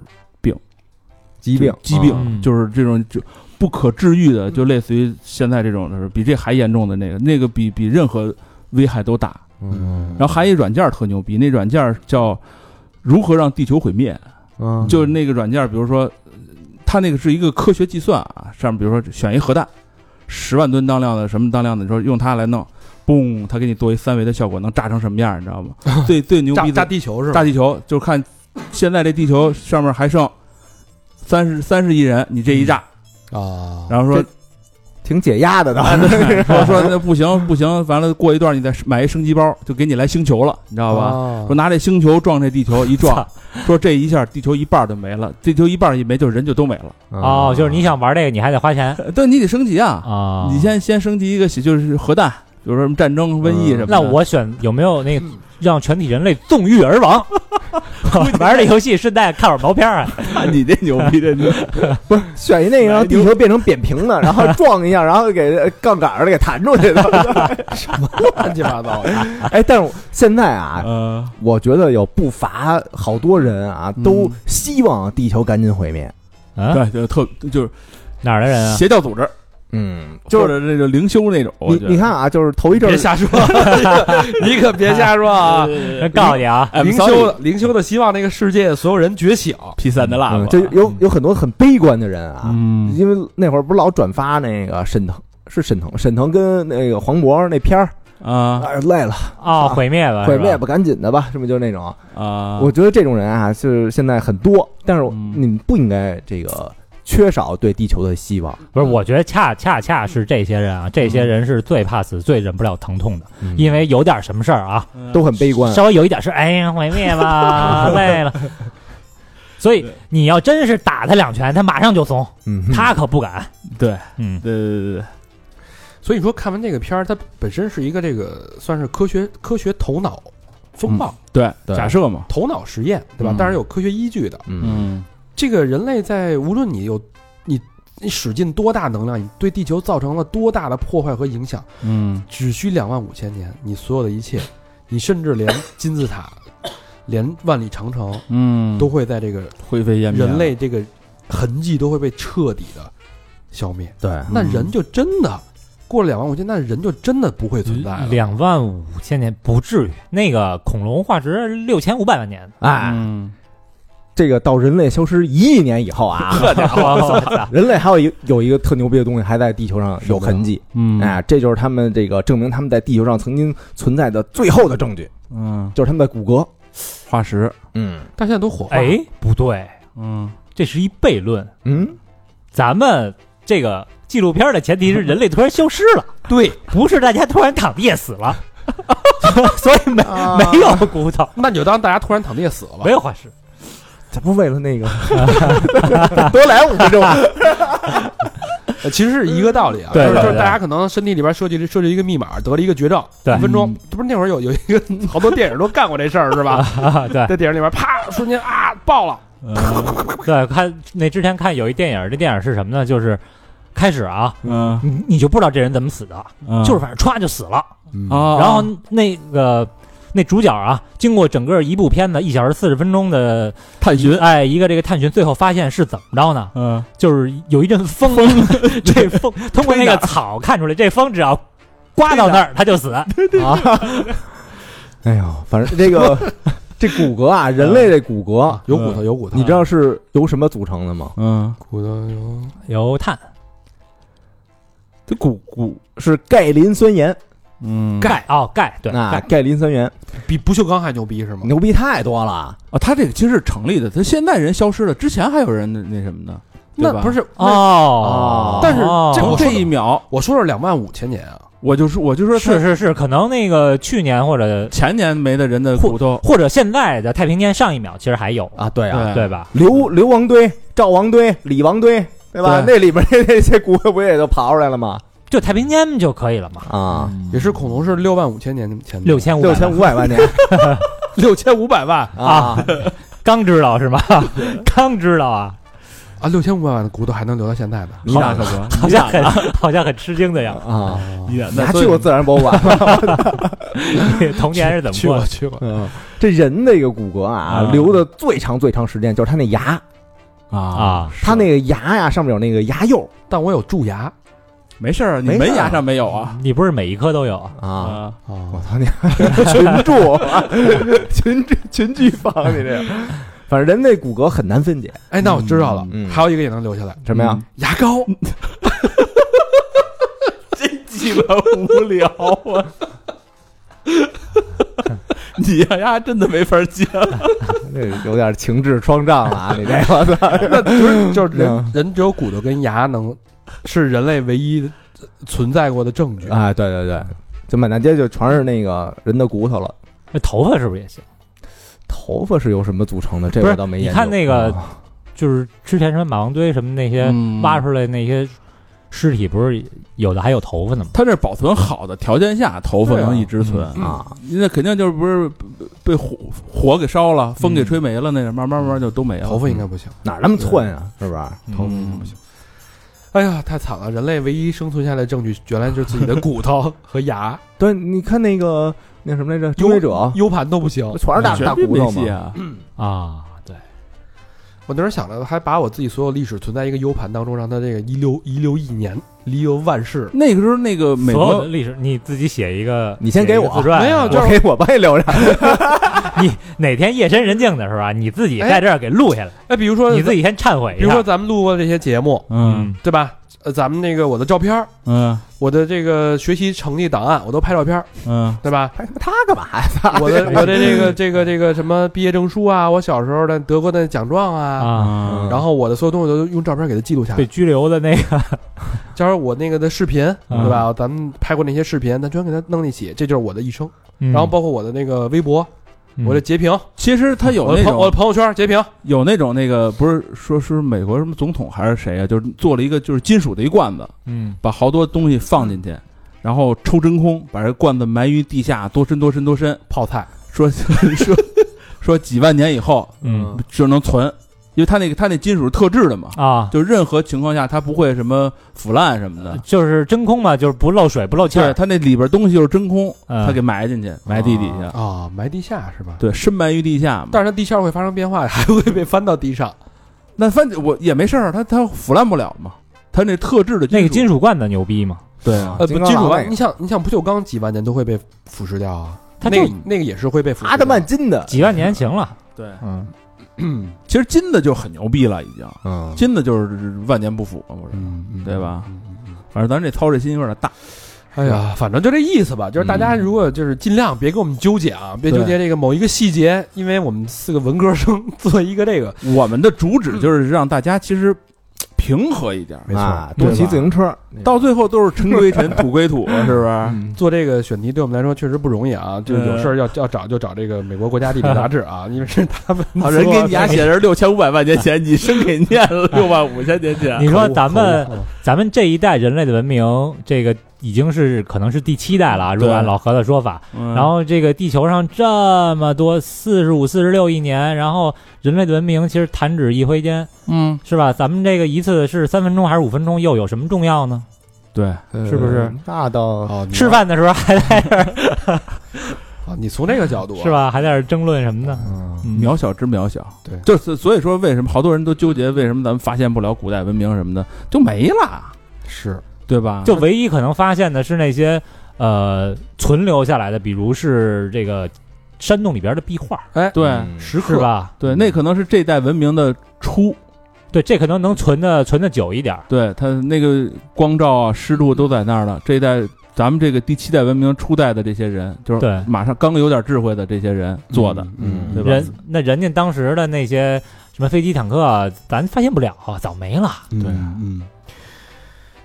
疾病啊嗯
疾病，
嗯
就是这种就不可治愈的，就类似于现在这种，就是比这还严重的那个，那个比比任何危害都大。
嗯，
然后还有一软件儿特牛逼，那软件儿叫如何让地球毁灭，
嗯
就是那个软件儿，比如说呃它那个是一个科学计算啊，上面比如说选一核弹，十万吨当量的什么当量的，你说用它来弄，嘣，它给你做一三维的效果，能炸成什么样儿，你知道 吗？最最牛
炸
逼
炸
的
地球是吧？
大地球，就是看现在这地球上面还剩三十三十亿人，你这一炸，
嗯
啊，
然后说
挺解压的，倒是
说说那不行不行，完了过一段你再买一升级包，就给你来星球了，你知道
哦
吧？
吧
说拿这星球撞这地球，一撞，说这一下地球一半儿就没了，地球一半儿一没，就是人就都没了。
哦，就是你想玩这个，你还得花钱
呃但你得升级啊，
啊。
你先先升级一个，就是核弹，比如说什么战争、瘟疫什么的。
嗯那我选有没有那个让全体人类纵欲而亡？玩这游戏顺带看会儿毛片儿啊，
看 你这牛逼这牛逼，
选一那个让地球变成扁平的，然后撞一下，然后给杠杆儿的给弹出去的。
乱七 八糟的，
哎，但是现在啊，
呃，
我觉得有不乏好多人啊，都希望地球赶紧毁灭。
嗯，
对，就特就是
哪儿的人啊？
邪教组织，
嗯，就
或
是
者这种灵修那种。我
你
觉得
你看，啊，就是头一阵
别
儿
瞎说，你可别瞎说啊！
人告诉你啊，
哎
灵修的灵修的，希望那个世界所有人 觉醒。
P 三的蜡
嗯
烛，
就有有很多很悲观的人啊，
嗯
因为那会儿不是老转发那个沈腾。是沈腾，沈腾跟那个黄渤那片儿，
啊
哎，累了，
哦，毁灭吧，
毁灭
是吧
吧，赶紧的吧，是不是就那种？
啊，
我觉得这种人啊，就是现在很多，但是
嗯
你们不应该这个缺少对地球的希望，
不是，我觉得恰恰恰是这些人啊，这些人是最怕死、最忍不了疼痛的，嗯
嗯
因为有点什么事儿啊，
都很悲观。
稍微有一点是，哎呀，毁灭吧，累了。所以你要真是打他两拳，他马上就怂，
嗯，
他可不敢。
对
嗯，
对对对对，
所以说，看完这个片儿，它本身是一个这个算是科学科学头脑风暴、
对
对
假设嘛，
头脑实验，对吧？
嗯
当然有科学依据的。
嗯
嗯，
这个人类在无论你有你你使尽多大能量，你对地球造成了多大的破坏和影响，
嗯，
只需两万五千年，你所有的一切，你甚至连金字塔、 连万里长城
嗯，
都会在这个
灰飞烟灭啊了。
人类这个痕迹都会被彻底的消灭。
对，
嗯
那人就真的过了两万五千，那人就真的不会存在了。
两万五千年不至于，那个恐龙化石六千五百万年。
哎，
嗯，
这个到人类消失一亿年以后 啊，
这家伙，
人类还有一有一个特牛逼的东西还在地球上有痕迹，
嗯，
哎，这就是他们这个证明他们在地球上曾经存在的最后的证据，
嗯，
就是他们的骨骼。
化石，
嗯
但现在都火化，
哎，不对，
嗯，
这是一悖论。
嗯，
咱们这个纪录片的前提是人类突然消失了， 对，不是大家突然躺地下死 了，所以没没有骨头，
那你就当大家突然躺地下死了吧
啊没。有化石。
这不是为了那个多来五分钟吗？
呃其实是一个道理啊，
对
就是
对
就是
对
大家可能身体里边设计设置一个密码，得了一个绝症，
对
一分钟，这不是那会儿有有一个好多电影都干过这事儿是吧？
啊，对
在电影里边啪瞬间啊爆了，
嗯
对，看那之前看有一电影，这电影是什么呢？就是开始啊，
嗯，
你你就不知道这人怎么死的，
嗯
就是反正歘就死了，
啊，
然后那个。那主角啊，经过整个一部片子一小时四十分钟的
探寻，
哎，一个这个探寻，最后发现是怎么着呢？
嗯，
就是有一阵风， 这风通过那个草看出来，这风只要刮到那儿，他就死。
啊，哎呦，反正 这个这骨骼啊，人类这骨
啊
骼，
有骨头有骨头，
你知道是由什么组成的吗？
嗯，
骨头有
有碳，
这骨骨，
是钙磷酸盐
嗯，
钙哦，钙对，
啊，
钙
钙磷酸盐
比不锈钢还牛逼是吗？
嗯
牛逼太多了。
啊，他这个其实是成立的，他现在人消失了，之前还有人那那什么呢？对
那
吧
不，是那
哦
哦，
但是这
从
我
这一秒，
我说是两万五千年啊，
我就说，我就说
是
他
是是，可能那个去年或者
前年没的人的骨头，
或者现在的太平间上一秒其实还有，
啊，对啊，
对吧？
刘刘王堆、赵王堆、李王堆，对吧？
对
那里边那那些骨灰不也都刨出来了吗？
就太平间就可以了嘛，
啊，
也是恐龙是
嗯
六万五千年前的
六千五
六千五百万年
六千五百万，
啊，
刚知道是吗？刚知道啊，
啊，六千五百万的骨头还能留到现在呢？
你俩可 不，
好像很好像很吃惊的样
啊！
你俩
你还
那所以
去过自然博物馆吗？
子。童年是怎么
去
过
过
的？
去过，
嗯，这人的一个骨骼啊
啊，
留的最长最长时间就是他那牙，
啊？
他那个牙呀上面有那个牙釉
但我有蛀牙
没事儿啊，你
没事儿
门牙上没有啊？
你不是每一科都有？
啊，
啊。我
啊，
操你！ 群住， 群聚群聚房，你这，反正人类骨骼很难分解。
哎，那我知道了
嗯，
还有一个也能留下来，
什么呀
嗯？
牙膏。
鸡巴嗯 无聊啊！ 你呀呀，真的没法接了。
这有点情志创障了啊！你这， 我操！
那就是就是人
嗯
人只有骨头跟牙能是人类唯一存在过的证据。
啊，对对对，就满大街就全是那个人的骨头了。
那头发是不是也行？
头发是由什么组成的？这
不是
我倒没研究。
你看那个
啊
就是之前什么马王堆什么那些
嗯
挖出来那些尸体，不是有的还有头发呢吗？
他这保存好的条件下，头发能一直存
嗯
对
啊，
那肯定就是不是被火火给烧了，风给吹没了，那个慢慢慢慢就都没了。
嗯头发应该不行。
哪儿那么寸啊？是不是？
嗯
头发应该不行。哎呀，太惨了！人类唯一生存下来的证据，原来就是自己的骨头和牙
对，你看那个那什么来着，《终结者》
，U 盘都不行。
不全是大
全
大
变
骨头
没戏
吗？
啊！
啊，对，
我那时候想着，还把我自己所有历史存在一个 U 盘当中，让它这个遗留遗留一年，遗留万世。
那个时候那个美
所有
国
的历史你自己写一个，
你先给我
写一个自传啊
没有就
我给我帮你留着。
你哪天夜深人静的时候啊，你自己在这儿给录下来，
哎，比如说
你自，己先忏悔一
比
下。
如说咱们录过的这些节目，
嗯
对吧？呃，咱们那个我的照片儿，
嗯
我的这个学习成绩档案，我都拍照片儿，
嗯
对吧？
还他妈 他干嘛呀？
我 的我的这个这个这个什么毕业证书啊，我小时候的得过的奖状啊，
嗯
啊，
然后我的所有东西都用照片给它记录下
被
来。
拘留的那个
加上我那个的视频，
嗯
对吧？咱们拍过那些视频，咱全给它弄一起，这就是我的一生。
嗯，
然后包括我的那个微博，我的截屏，
其实他有
我
那
的朋我
种
的朋友圈截屏，
有那种那个不是说是美国什么总统还是谁啊，就是做了一个就是金属的一罐子，
嗯
把好多东西放进去，然后抽真空，把这罐子埋于地下多深多深多深，
泡菜。
说 说说几万年以后
嗯
就能存，因为它那个它那金属是特制的嘛，
啊，
就任何情况下它不会什么腐烂什么的。
就是真空嘛，就是不漏水不漏气
对，
儿，
它那里边东西就是真空，
嗯
它给埋进去，埋地底下，
啊，埋地下是吧？
对，深埋于地下嘛。
但是它地壳会发生变化， 还会被翻到地上。
那反正我也没事儿，它它腐烂不了嘛，它那特制的
那个
金
金
属，
属罐子牛逼嘛，
对啊，
呃，不，
金刚
金属
狼
吧
那，个
你想，你想不锈钢几万年都会被腐蚀掉啊，
它
那
就
个那个也是会被腐蚀。
阿德曼，金的，
几万年行了，
对，
嗯
嗯
其实金的就很牛逼了，已经，
嗯
金的就是万年不腐了，不是？
嗯
对吧？
嗯嗯嗯
反正咱这操这心有点大，
哎呀，反正就这意思吧，就是大家如果就是尽量别跟我们纠结啊，别纠结这个某一个细节，因为我们四个文科生做一个 这个，
我们的主旨就是让大家其实平和一点，
没错
啊，
对
多骑
吧
自行车，
到最后都是尘归尘，土归土，是 不是？
做这个选题对我们来说确实不容易啊，就是有事儿要要找就找这个美国国家地理杂志啊，因为是他们
好，
做啊
人给你家写着六千五百万年前，你生给念了 六万五千年前。
嗯
你说咱
口
们
误口误
咱们这一代人类的文明，这个已经是可能是第七代了啊，如果按
对嗯
老何的说法，然
然
后这个地球上这么多四十五、四十六亿年，然后人类的文明其实弹指一挥间，
嗯，
是吧？咱们这个一次是三分钟还是五分钟，又有什么重要
嗯
呢？
对，
呃
是不是？
那倒
哦，你
吃饭的时候还在这儿
啊，你从这个角度啊
是？吧？还在这儿争论什么呢？
嗯
嗯
渺小之渺小，
对
就是所以说为什么好多人都纠结为什么咱们发现不了古代文明什么的，就没了，
是
对
啊
吧？
就唯一可能发现的是那些呃存留下来的，比如是这个山洞里边的壁画，
对、
嗯
时
是
刻？
吧？
对，那可能是这代文明的初，
对，这可能能存的存的久一点儿。
对它那个光照啊、湿度都在那儿了。这一代咱们这个第七代文明初代的这些人，就是
对
马上刚有点智慧的这些人做的，
嗯，
对吧
人那人家当时的那些什么飞机、坦克啊，咱发现不了，早没了。
啊
嗯
对
嗯。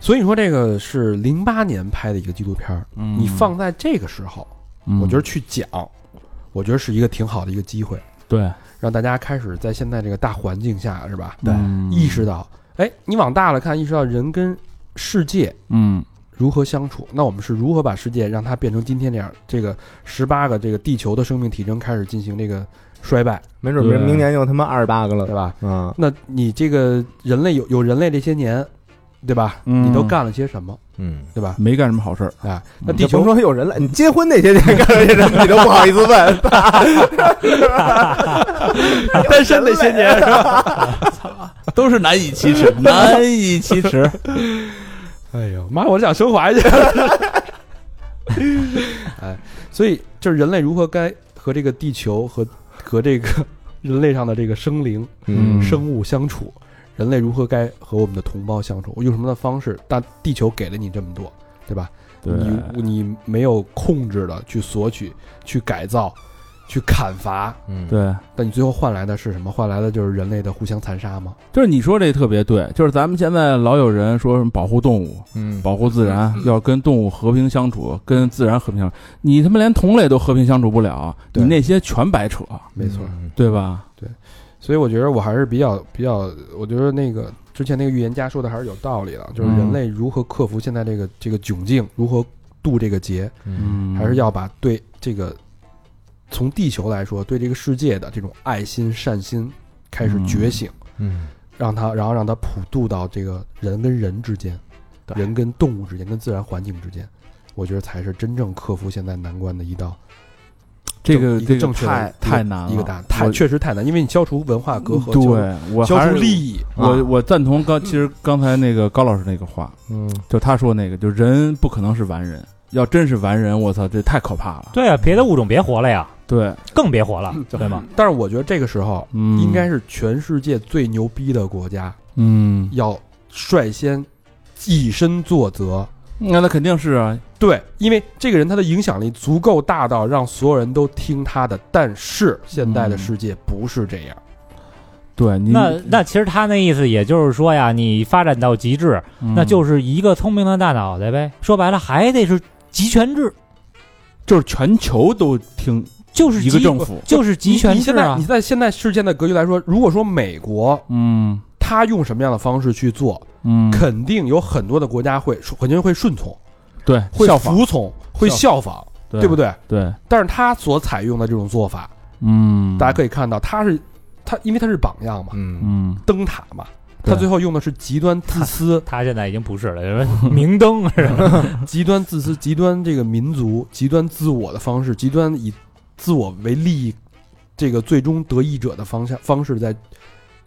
所以说，这个是零八年拍的一个纪录片儿，
嗯
你放在这个时候，
嗯
我觉得去讲，我觉得是一个挺好的一个机会，
对
让大家开始在现在这个大环境下，是吧？
嗯
意识到，哎，你往大了看，意识到人跟世界
嗯
如何相处，那我们是如何把世界让它变成今天这样？这个十八个这个地球的生命体征开始进行这个衰败，
没准明
对
明年又他妈二十八个了
对，吧？
嗯
那你这个人类有有人类这些年，对吧？
嗯
你都干了些什么，
嗯。
对吧？
没干什么好事儿。
哎，那
嗯
地
就甭
球
说有人了，你结婚那些天干的什么，你都不好意思问。
单身那些年是吧？都是难以启 齿，难以启齿。
哎呦妈！我想 升华去。哎，所以就是人类如何该和这个地球和和这个人类上的这个生灵、
嗯
生物相处，人类如何该和我们的同胞相处，用什么的方式？但地球给了你这么多，对吧？
对，
你你没有控制的去索取、去改造、去砍伐，
嗯，
对，
但你最后换来的是什么？换来的就是人类的互相残杀吗？
就是你说这特别对，就是咱们现在老有人说什么保护动物、
嗯，
保护自然，要跟动物和平相处，跟自然和平相处。你他妈连同类都和平相处不了，
对
你那些全白扯，
没错，
嗯
对吧？
所以我觉得我还是比较比较，我觉得那个之前那个预言家说的还是有道理的，
嗯
就是人类如何克服现在这个这个窘境，如何渡这个劫，
嗯，
嗯，
还是要把对这个从地球来说对这个世界的这种爱心善心开始觉醒，
嗯，
让它然后让它普渡到这个人跟人之间，
对
人跟动物之间，跟自然环境之间。我觉得才是真正克服现在难关的一道
这
正
个
一
这个
正确的
太
一个
太难了，
一个答案，
啊
太
我嗯
确实太难，因为你消除文化隔阂，消
对我
消
还
除
是
利益，啊
我我赞同刚其实刚才那个高老师那个话，
嗯，
就他说那个，就人不可能是完人，要真是完人，我操，这太可怕了。
对啊，别的物种别活了呀，
对，
更别活
嗯
了，对吗？
但是我觉得这个时候
嗯，
应该是全世界最牛逼的国家
嗯，
要率先以身作则。
那那肯定是啊，
对，因为这个人他的影响力足够大到让所有人都听他的，但是现在的世界不是这样。
对你
那
嗯
那其实他那意思也就是说呀，你发展到极致，
嗯
嗯
那就是是一个聪明的大脑袋呗。说白了，还得是集权制，
就是全球都听
就是
一个
集
政府，
就是集权
你
制
现在
啊
你。在现在事件的格局来说，如果说美国
嗯
他用什么样的方式去做，
嗯，
肯定有很多的国家会肯定会顺从、
对，
会
效仿，
服从、会效仿，对
对
不
对？
对？
对，
但是他所采用的这种做法，
嗯，
大家可
以，
以看到，他是他，因为他是榜样嘛，
嗯，
嗯，
灯塔嘛，
对
他最后用的是极端自 私、
他现在已经不是了，就是明灯是吧？
极端自私、极端这个民族、极端自我的方式，极端以自我为利益这个最终得益者的方向方式，在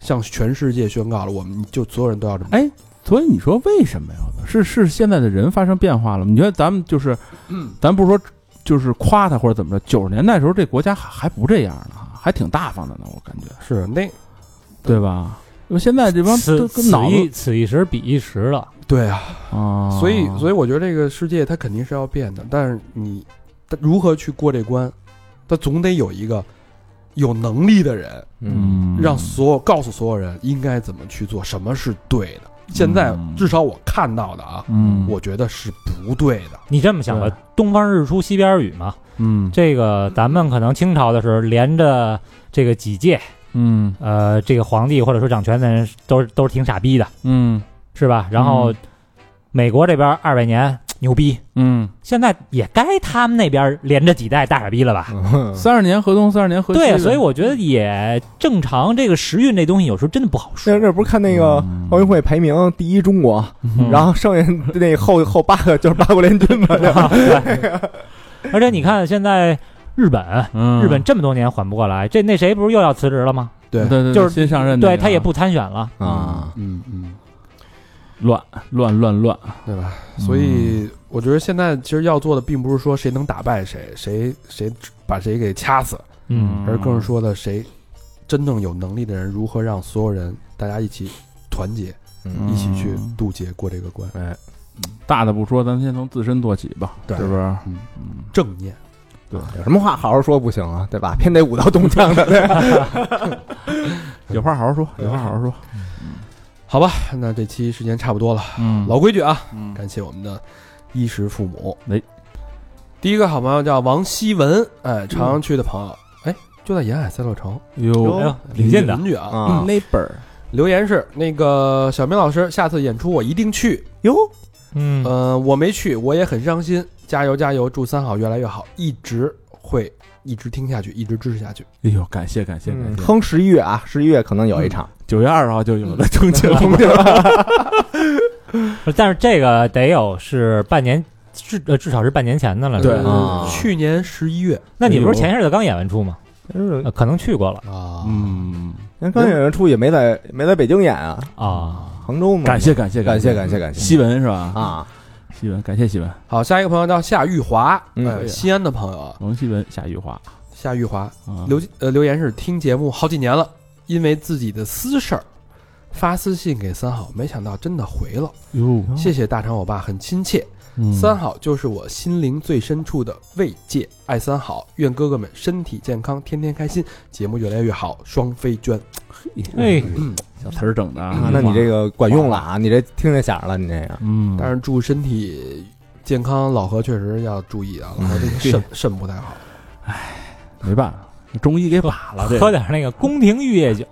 向全世界宣告了，我们就所有人都要这么。
哎，所以你说为什么呀？是是现在的人发生变化了吗？你觉得咱们就是，
嗯
咱不是说就是夸他或者怎么着，九十年代的时候这国家还还不这样呢，还挺大方的呢，我感觉，
是那
对吧？因为现在这帮
此
都跟
此
脑
一
子
此一时彼一时了，
对啊，
啊，
所以所
以
以我觉得这个世界它肯定是要变的，但是你它如何去过这关，它总得有一个有能力的人，
嗯，
让所有告诉所有人应该怎么去做，什么是对的。现在
嗯
至少我看到的啊，
嗯，
我觉得是不对的。
你这么想吧
对，
东方日出西边雨嘛。
嗯
这个咱们可能清朝的时候连着这个几届，
嗯
呃，这个皇帝或者说掌权的人都是都是挺傻逼的，
嗯
是吧？然后美国这边二百年牛逼，
嗯，
现在也该他们那边连着几代大傻逼了吧？
三十年河东，三十年河西
嗯对
的，嗯
啊，所以我觉得也正常。这个时运这东西有时候真的不好说
那。那不是看那个
嗯
哦
奥运会排名第一中国，
嗯
然后剩下那后后八个就是八国联军 嘛，这
而且你看现在日本，
嗯
日本这么多年缓不过来，这那谁不是又要辞职了吗？
对
对，对
就是
新上任那个
对
啊，
他也不参选了。
啊，
嗯嗯，
乱乱乱乱，
对吧？所以我觉得现在其实要做的，并不是说谁能打败谁，谁谁把谁给掐死，
嗯，
而更是说的谁真正有能力的人如何让所有人大家一起团结，
嗯
一起去
嗯
渡劫过这个关。
大的不说，咱先从自身做起吧，
对
是不是？
嗯
嗯，
正念，
嗯有什么话好好说不行啊，对吧？偏得舞刀动枪 的，对吧
有话好好说，有话好好说。
好吧？那这期时间差不多了，
嗯
老规矩啊，
嗯
感谢我们的衣食父母。
哎，
第一个好朋友叫王希文，哎，朝
嗯
阳区的朋友，哎，就在沿海三六城，
哟嗯
哎呦，挺近的
邻。居啊。
啊，那
留言是那个小明老师，下次演出我一定去。
哟，
嗯，
呃，我没去，我也很伤心。加油加油，祝三好越来越好，一直会一直听下去，一直支持下去。
哎呦，感谢感谢感谢！
哼，十一月啊，十一月可能有一场，
九月二十号就有了
嗯
重庆，
重庆
呃
但是这个得有是半年至呃至少是半年前的了，是吧
对哎
啊
去年十一月
那你不是前一阵子刚演完出吗？
嗯
呃可能去过了
啊
嗯，
人刚演完出也没在没在北京演啊，
啊。
杭州嘛。
感谢感谢
感
谢
谢感谢感谢
西文是吧？，
啊！
西文，感谢西文，
好，下一个朋友叫夏玉华，
嗯
呃西安的朋友啊，
王西文，夏玉华，
夏玉华
啊
留呃留言是听节目好几年了，因为自己的私事儿发私信给三好，没想到真的回了，
哟，
谢谢大长我爸，很亲切。
嗯
三好就是我心灵最深处的慰藉，爱三好，愿哥哥们身体健康，天天开心，节目越来越好，双飞娟。
哎，
小词儿整的啊
啊，那你这个管用了啊！你这听见响了，你这个
嗯，
但是祝身体健康，老何确实要注意啊，老何这
嗯
个 肾肾不太好。
没办法，中医给把了，这
喝 点那个宫廷玉液酒，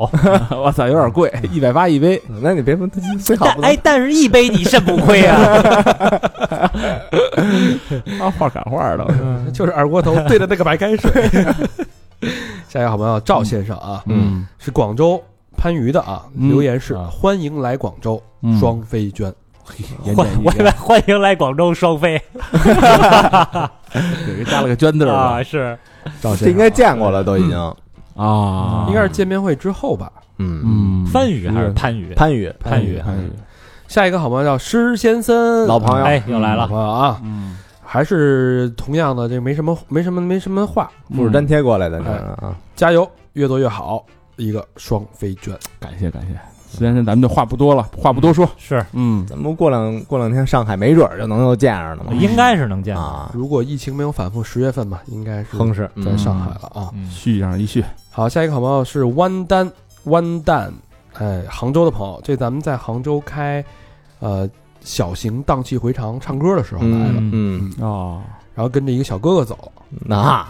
个哇塞，有点贵，
嗯
一百八一杯，
那你别问，最好
但
不能
哎，但是一杯你肾不 亏啊。
啊，画赶画的，
就是二锅头兑的那个白 开水。 下一个好朋友赵先生啊，
嗯，
是广州番禺的啊，
嗯
留言是
啊
欢迎来广州，
嗯
双飞娟。
言
欢
简意
我以为
赅，
欢迎来广州双飞
给人加了个捐字儿吧
啊，是
赵
哦这
先
应
生
该见过了，都已经。
啊，
应该是见面会之后吧。
嗯，
嗯，
番禺还是番禺？
番禺
番禺
番禺，
下一个好朋友叫施先森，
老朋友
哎，又来
老
了，
朋友啊，
嗯，
还是同样的，这没什么没什么没什么话，
复制粘贴过来的，你
哎
看
嗯
啊，
加油，越做越好。一个双飞娟，
感谢感谢。虽然咱们就话不多了，话不多说，
是
嗯，
咱们过两过两天上海没准儿就能又见着了嘛
应该是能
哎
见到。
啊，
如果疫情没有反复，十月份吧，应该是
哼是
在
嗯
上海了啊。
嗯
续上一续，
好，下一个好朋友是弯丹弯蛋，哎，杭州的朋友，这咱们在杭州开，呃，小型荡气回肠唱歌的时候来了，
嗯嗯，
哦，
然后跟着一个小哥哥走了，
那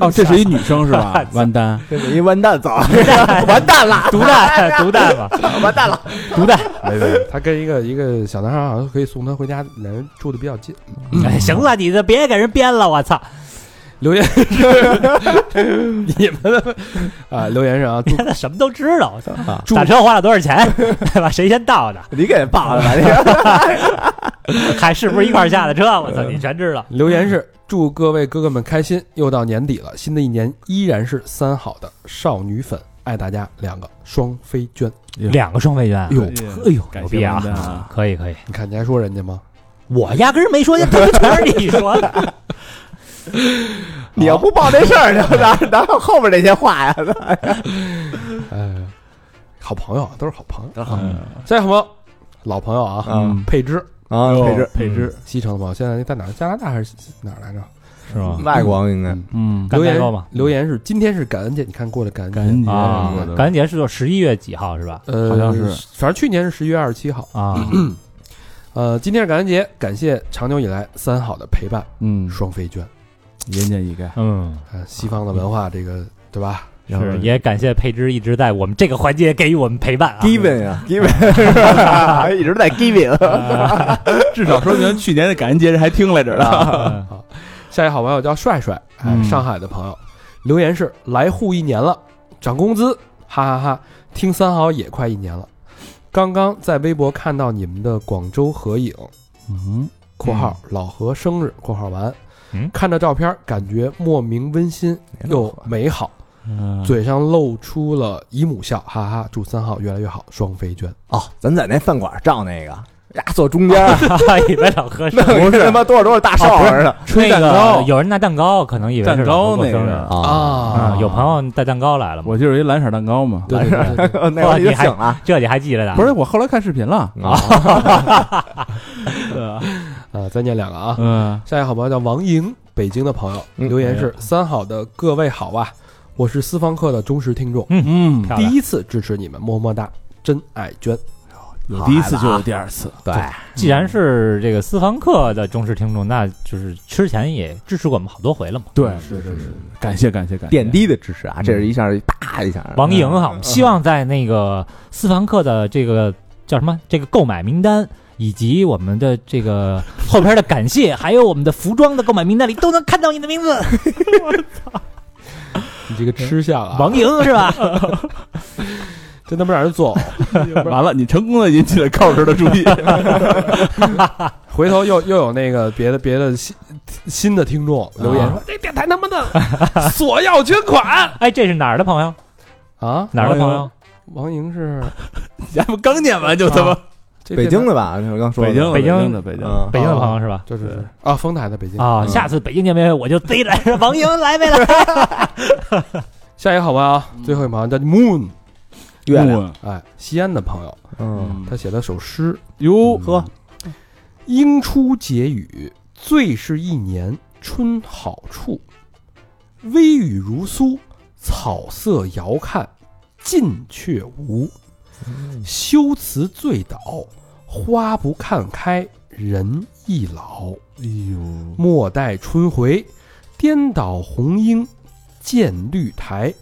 哦，这是一女生是吧？弯丹，
这是一完蛋早， 完蛋了，
毒蛋，毒蛋吧，
完蛋了，
毒蛋。
没没， 他跟一个一个小男孩好像可以送他回家，两人住的比较近。
嗯
哎，行了，你这别给人编了，我操！
留言是你们的啊、留言是啊，祝
现在什么都知道，我操！
啊
祝
打车花了多少钱， 对吧？谁先到的？
你给爆了，你
嗯
看
还是不是一块儿下的车？我操，你全知道。
留言是祝各位哥哥们开心，又到年底了，新的一年依然是三好的少女粉，爱大家两个双飞娟。
两个双飞员，
哟，
嗯哎
哎呦，
感
牛
谢
逼
弯蛋啊
啊！可以可以，
你看你还说人家吗？
我压根儿没说，这都全是你说 的。
你要不报这事儿，就哪哪有后面这些话呀？
哎，好朋友啊都是好朋友。
嗯
下一个朋友，老朋友啊，
嗯
佩芝，
啊，配置
配置
西城的朋友，现在在哪儿？加拿大还是哪儿来着？
是吗？
外国应该
嗯，
干
留
蛋糕
言
吧
留言是今天是感恩节，你看过了感恩节，
感恩节
啊
什嗯么的，
感恩节是十一月几号是吧？
呃，
好像是，
反正去年是十一月二十七号。
嗯
啊，
呃，今天是感恩节，感谢长久以来三好的陪伴，
嗯，
双飞娟。
言简意赅，
嗯，
啊，西方的文化这个对吧？
然后
是也感谢佩芝一直在我们这个环节给予我们陪伴啊。
giving
嗯
啊，giving 一直在 giving，
嗯 至少说明去年的感恩节人还听来着呢。
嗯
下一好朋友叫帅帅，哎，
嗯
上海的朋友，留言是来沪一年了，涨工资，哈哈哈！听三好也快一年了，刚刚在微博看到你们的广州合影
嗯，
（括号老何生日（括号完）），
嗯
看着照片感觉莫名温馨又美好，
嗯
最
嘴上露出了姨母笑，哈哈！祝三好越来越好，双飞娟。
哦，咱在那饭馆照那个，呀，坐中间，
哦
以为老何生
不是他妈多少多少大少似的，
吹蛋
那个
糕，
有人拿蛋糕，可能以为是
蛋
老
糕
何过
那
生日
个，
啊
啊，
有朋友带蛋糕来了嘛？
我就是一蓝色蛋糕嘛。
对对对对对，
那我就醒了。
这你还记着呢？啊
不是，我后来看视频了。
啊，
啊，再念两个啊，
嗯，
下一个好朋友叫王莹，北京的朋友
嗯
留言
哎
是：三好的各位好啊，我是私房课的忠实听众，
嗯，
漂
第
亮。
一次支持你们，么么哒，真爱娟。
有第一次就有第二次，
对，
既然是这个私房课的忠实听众，那就是之前也支持过我们好多回了嘛。
对，是是是，感谢感谢感谢，
点滴的支持啊，这是一下大一下，嗯
王嗯莹哈，我们希望在那个私房课的这个叫什么这个购买名单以及我们的这 个后边的感谢，还有我们的服装的购买名单里都能看到你的名字，
你这个吃相啊，
嗯王莹是 吧？
真他妈让人作呕。
哎
完了，你成功的引起了 高老师的注意。
回头又又有那个别的别的新新的听
啊
众留 言说，这电台他妈的索要捐款
哎，这是哪儿的朋友？
啊！
哪儿的朋
王
友
莹？
王莹是
你还不刚念完就他妈
这
北
电台
京的吧？你刚说的
北京的啊
北京
京的北京的，
嗯，
北京的朋友是吧？
对对对啊，丰台的北京
啊，
嗯
下次北京见面会我就自己来， 王莹来没来？
下一个好吧啊，
嗯
最后一个朋友叫 Moon，
月亮，
嗯
哎，西安的朋友，
嗯，
他写了首诗，
哟
呵，
应出结语，最是一年春好处。微雨如酥，草色遥看，近却无。修辞醉倒，花不看开，人易老。
哎呦，
莫待春回，颠倒红英见绿苔。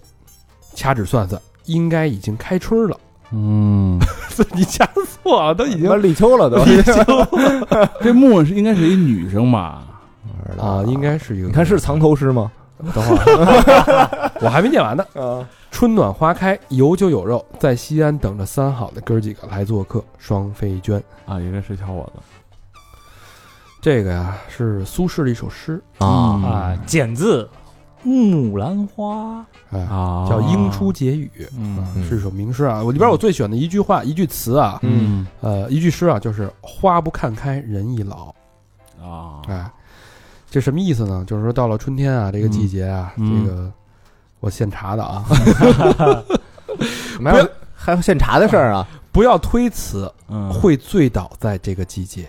掐指算算，应该已经开春了。
嗯，
你掐错了，都已
已
经
经立秋了都，
这木是应该是一女生吧？
啊，应该是一个。
你看是藏头诗吗？
等会儿， 我还没念完呢。
啊，
春暖花开，有酒有肉，在西安等着三好的哥儿几个来做客，双飞娟。
啊，应该是小伙子
这个呀是苏轼的一首诗，
啊
啊，简字木兰花，
哎，
啊，
叫《应出结语》，
嗯
是一首名诗啊。我里边我最喜欢的一句话、一句词啊，
嗯
呃，一句诗啊，就是“花不看开，人易老
啊”。，
哎，这什么意思呢？就是说到了春天啊，这个季节啊，
嗯
这个我现查 的啊，
没有，还有现查的事儿啊，
不要推辞，
嗯
会醉倒在这个季节。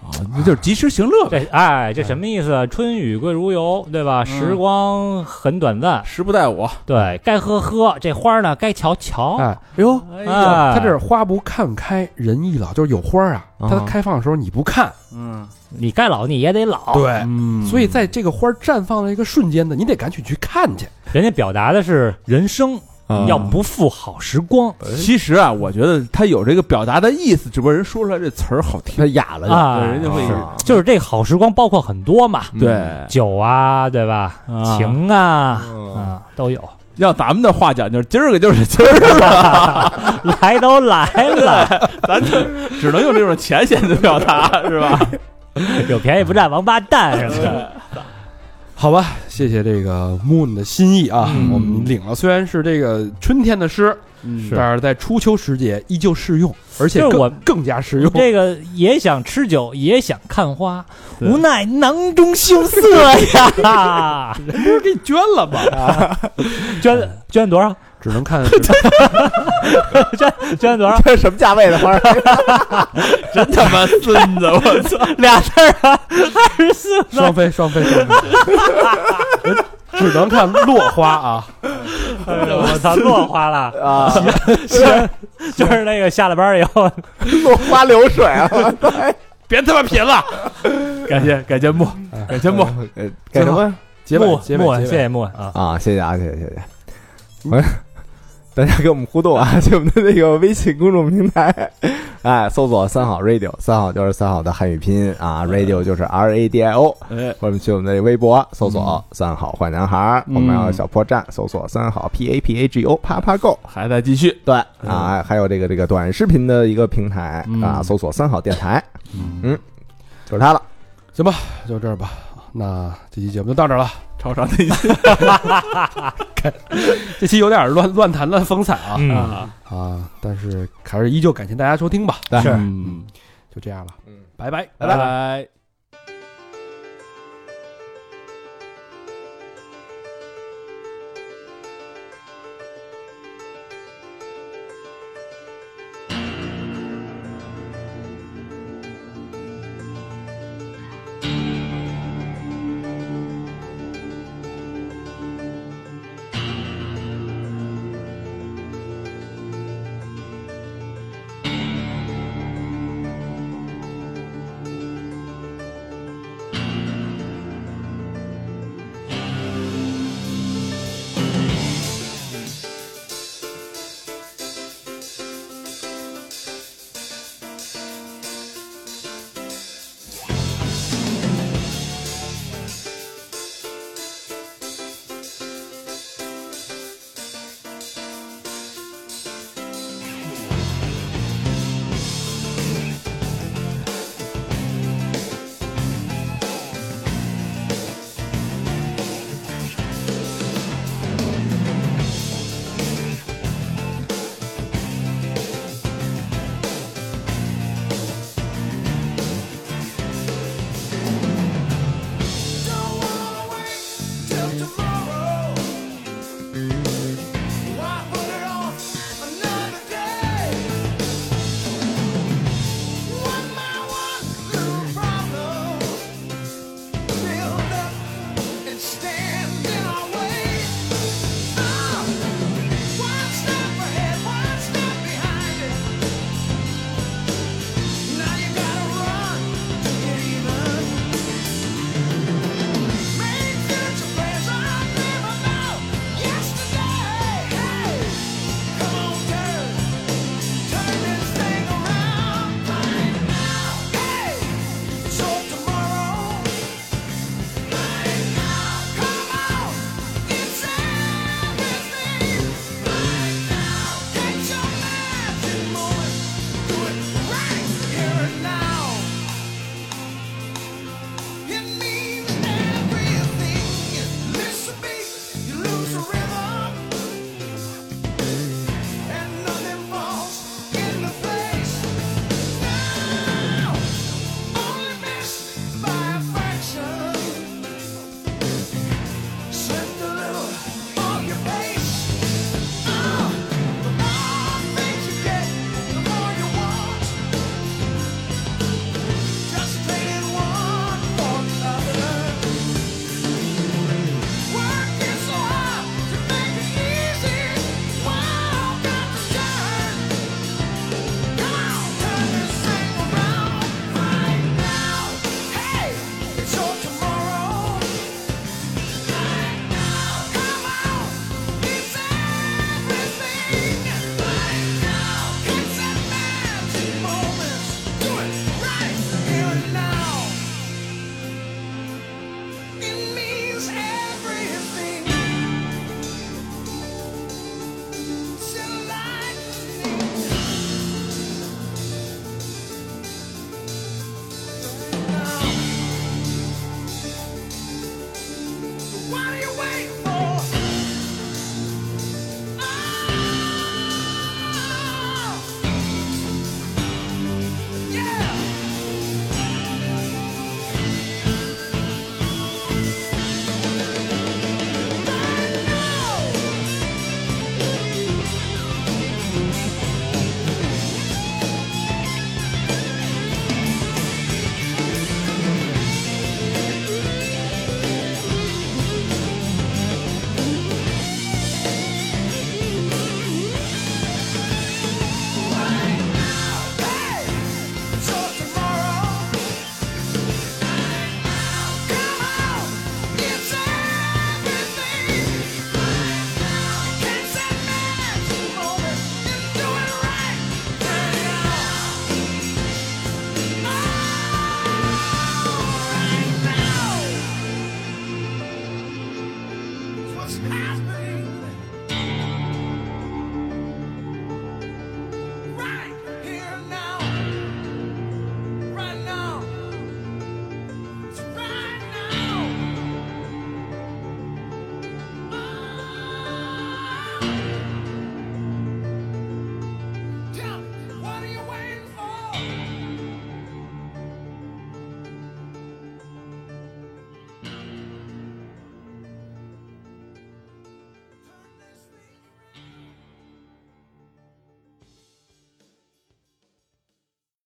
啊，那就是及时行乐呗，
这哎，这什么意思？春雨贵如油，对
嗯
吧？时光很短暂，
啊时不待我。
对该喝喝，这花儿呢该瞧瞧。
啊
哎，
哟，
哎
他这是花不看开，人易老，就是有花儿啊，它
啊
开放的时候你不看，
嗯
你该老你也得老，
对，
嗯
所以在这个花儿绽放的一个瞬间呢，你得赶紧去看去。
人家表达的是人生
嗯
要不负好时光
其实啊，我觉得他有这个表达的意思，只不过人说出来这词儿好听
他。哑了就
啊，
对人家会
啊
就是这好时光包括很多嘛，
对，
酒啊，对吧？
嗯啊
情啊，
嗯
啊都有，
要咱们的话讲，就是今儿个就是今儿个，
来都来了，
咱就只能用这种浅显的表达，是吧？
有便宜不占王八蛋什么的。
好吧，谢谢这个 Moon 的心意啊，
嗯
我们领了。虽然是这个春天的诗，
是
但是在初秋时节依旧适用，而且
就是
更
我
更加适用。
这个也想吃酒，也想看花，
对
无奈囊中羞涩呀。
不是给你捐了吧？
捐捐多少？
只能 看
捐多 少？
这是什么价位的花儿？
真他妈孙子，我操！
俩字儿啊，二十四呢。
双飞，双飞，双飞， 只能看落花啊。
哎呦我操，落花了。
啊，
是，就是那个下了班以后，
落花流水啊！
别他妈贫 了，感谢感谢木，感 谢木，
呃干什么
结
木
尾，结
木，
尾，
谢
结尾。
谢木啊，
啊？谢谢啊，谢谢谢谢。喂， 大家跟我们互动啊，去我们的那个微信公众平台， 哎，搜索“三好 radio”，三好就是三好的汉语拼音啊，radio 就是 R A D I O。
哎，
或者去我们的微博搜索“三好坏男孩儿”，
嗯
我们还有小破站搜索“三好 P A P A G O 啪啪 Go”。
还在继续，
对啊，还有这个这个短视频的一个平台
嗯
啊，搜索“三好电台”，嗯，就是它了。
行吧，就这儿吧。那这期节目就到这儿了。
超长的一句
这期有点乱乱谈的风采啊、
嗯，
啊！但是还是依旧感谢大家收听吧，
对
嗯，
就这样了，
嗯
拜拜，
拜拜。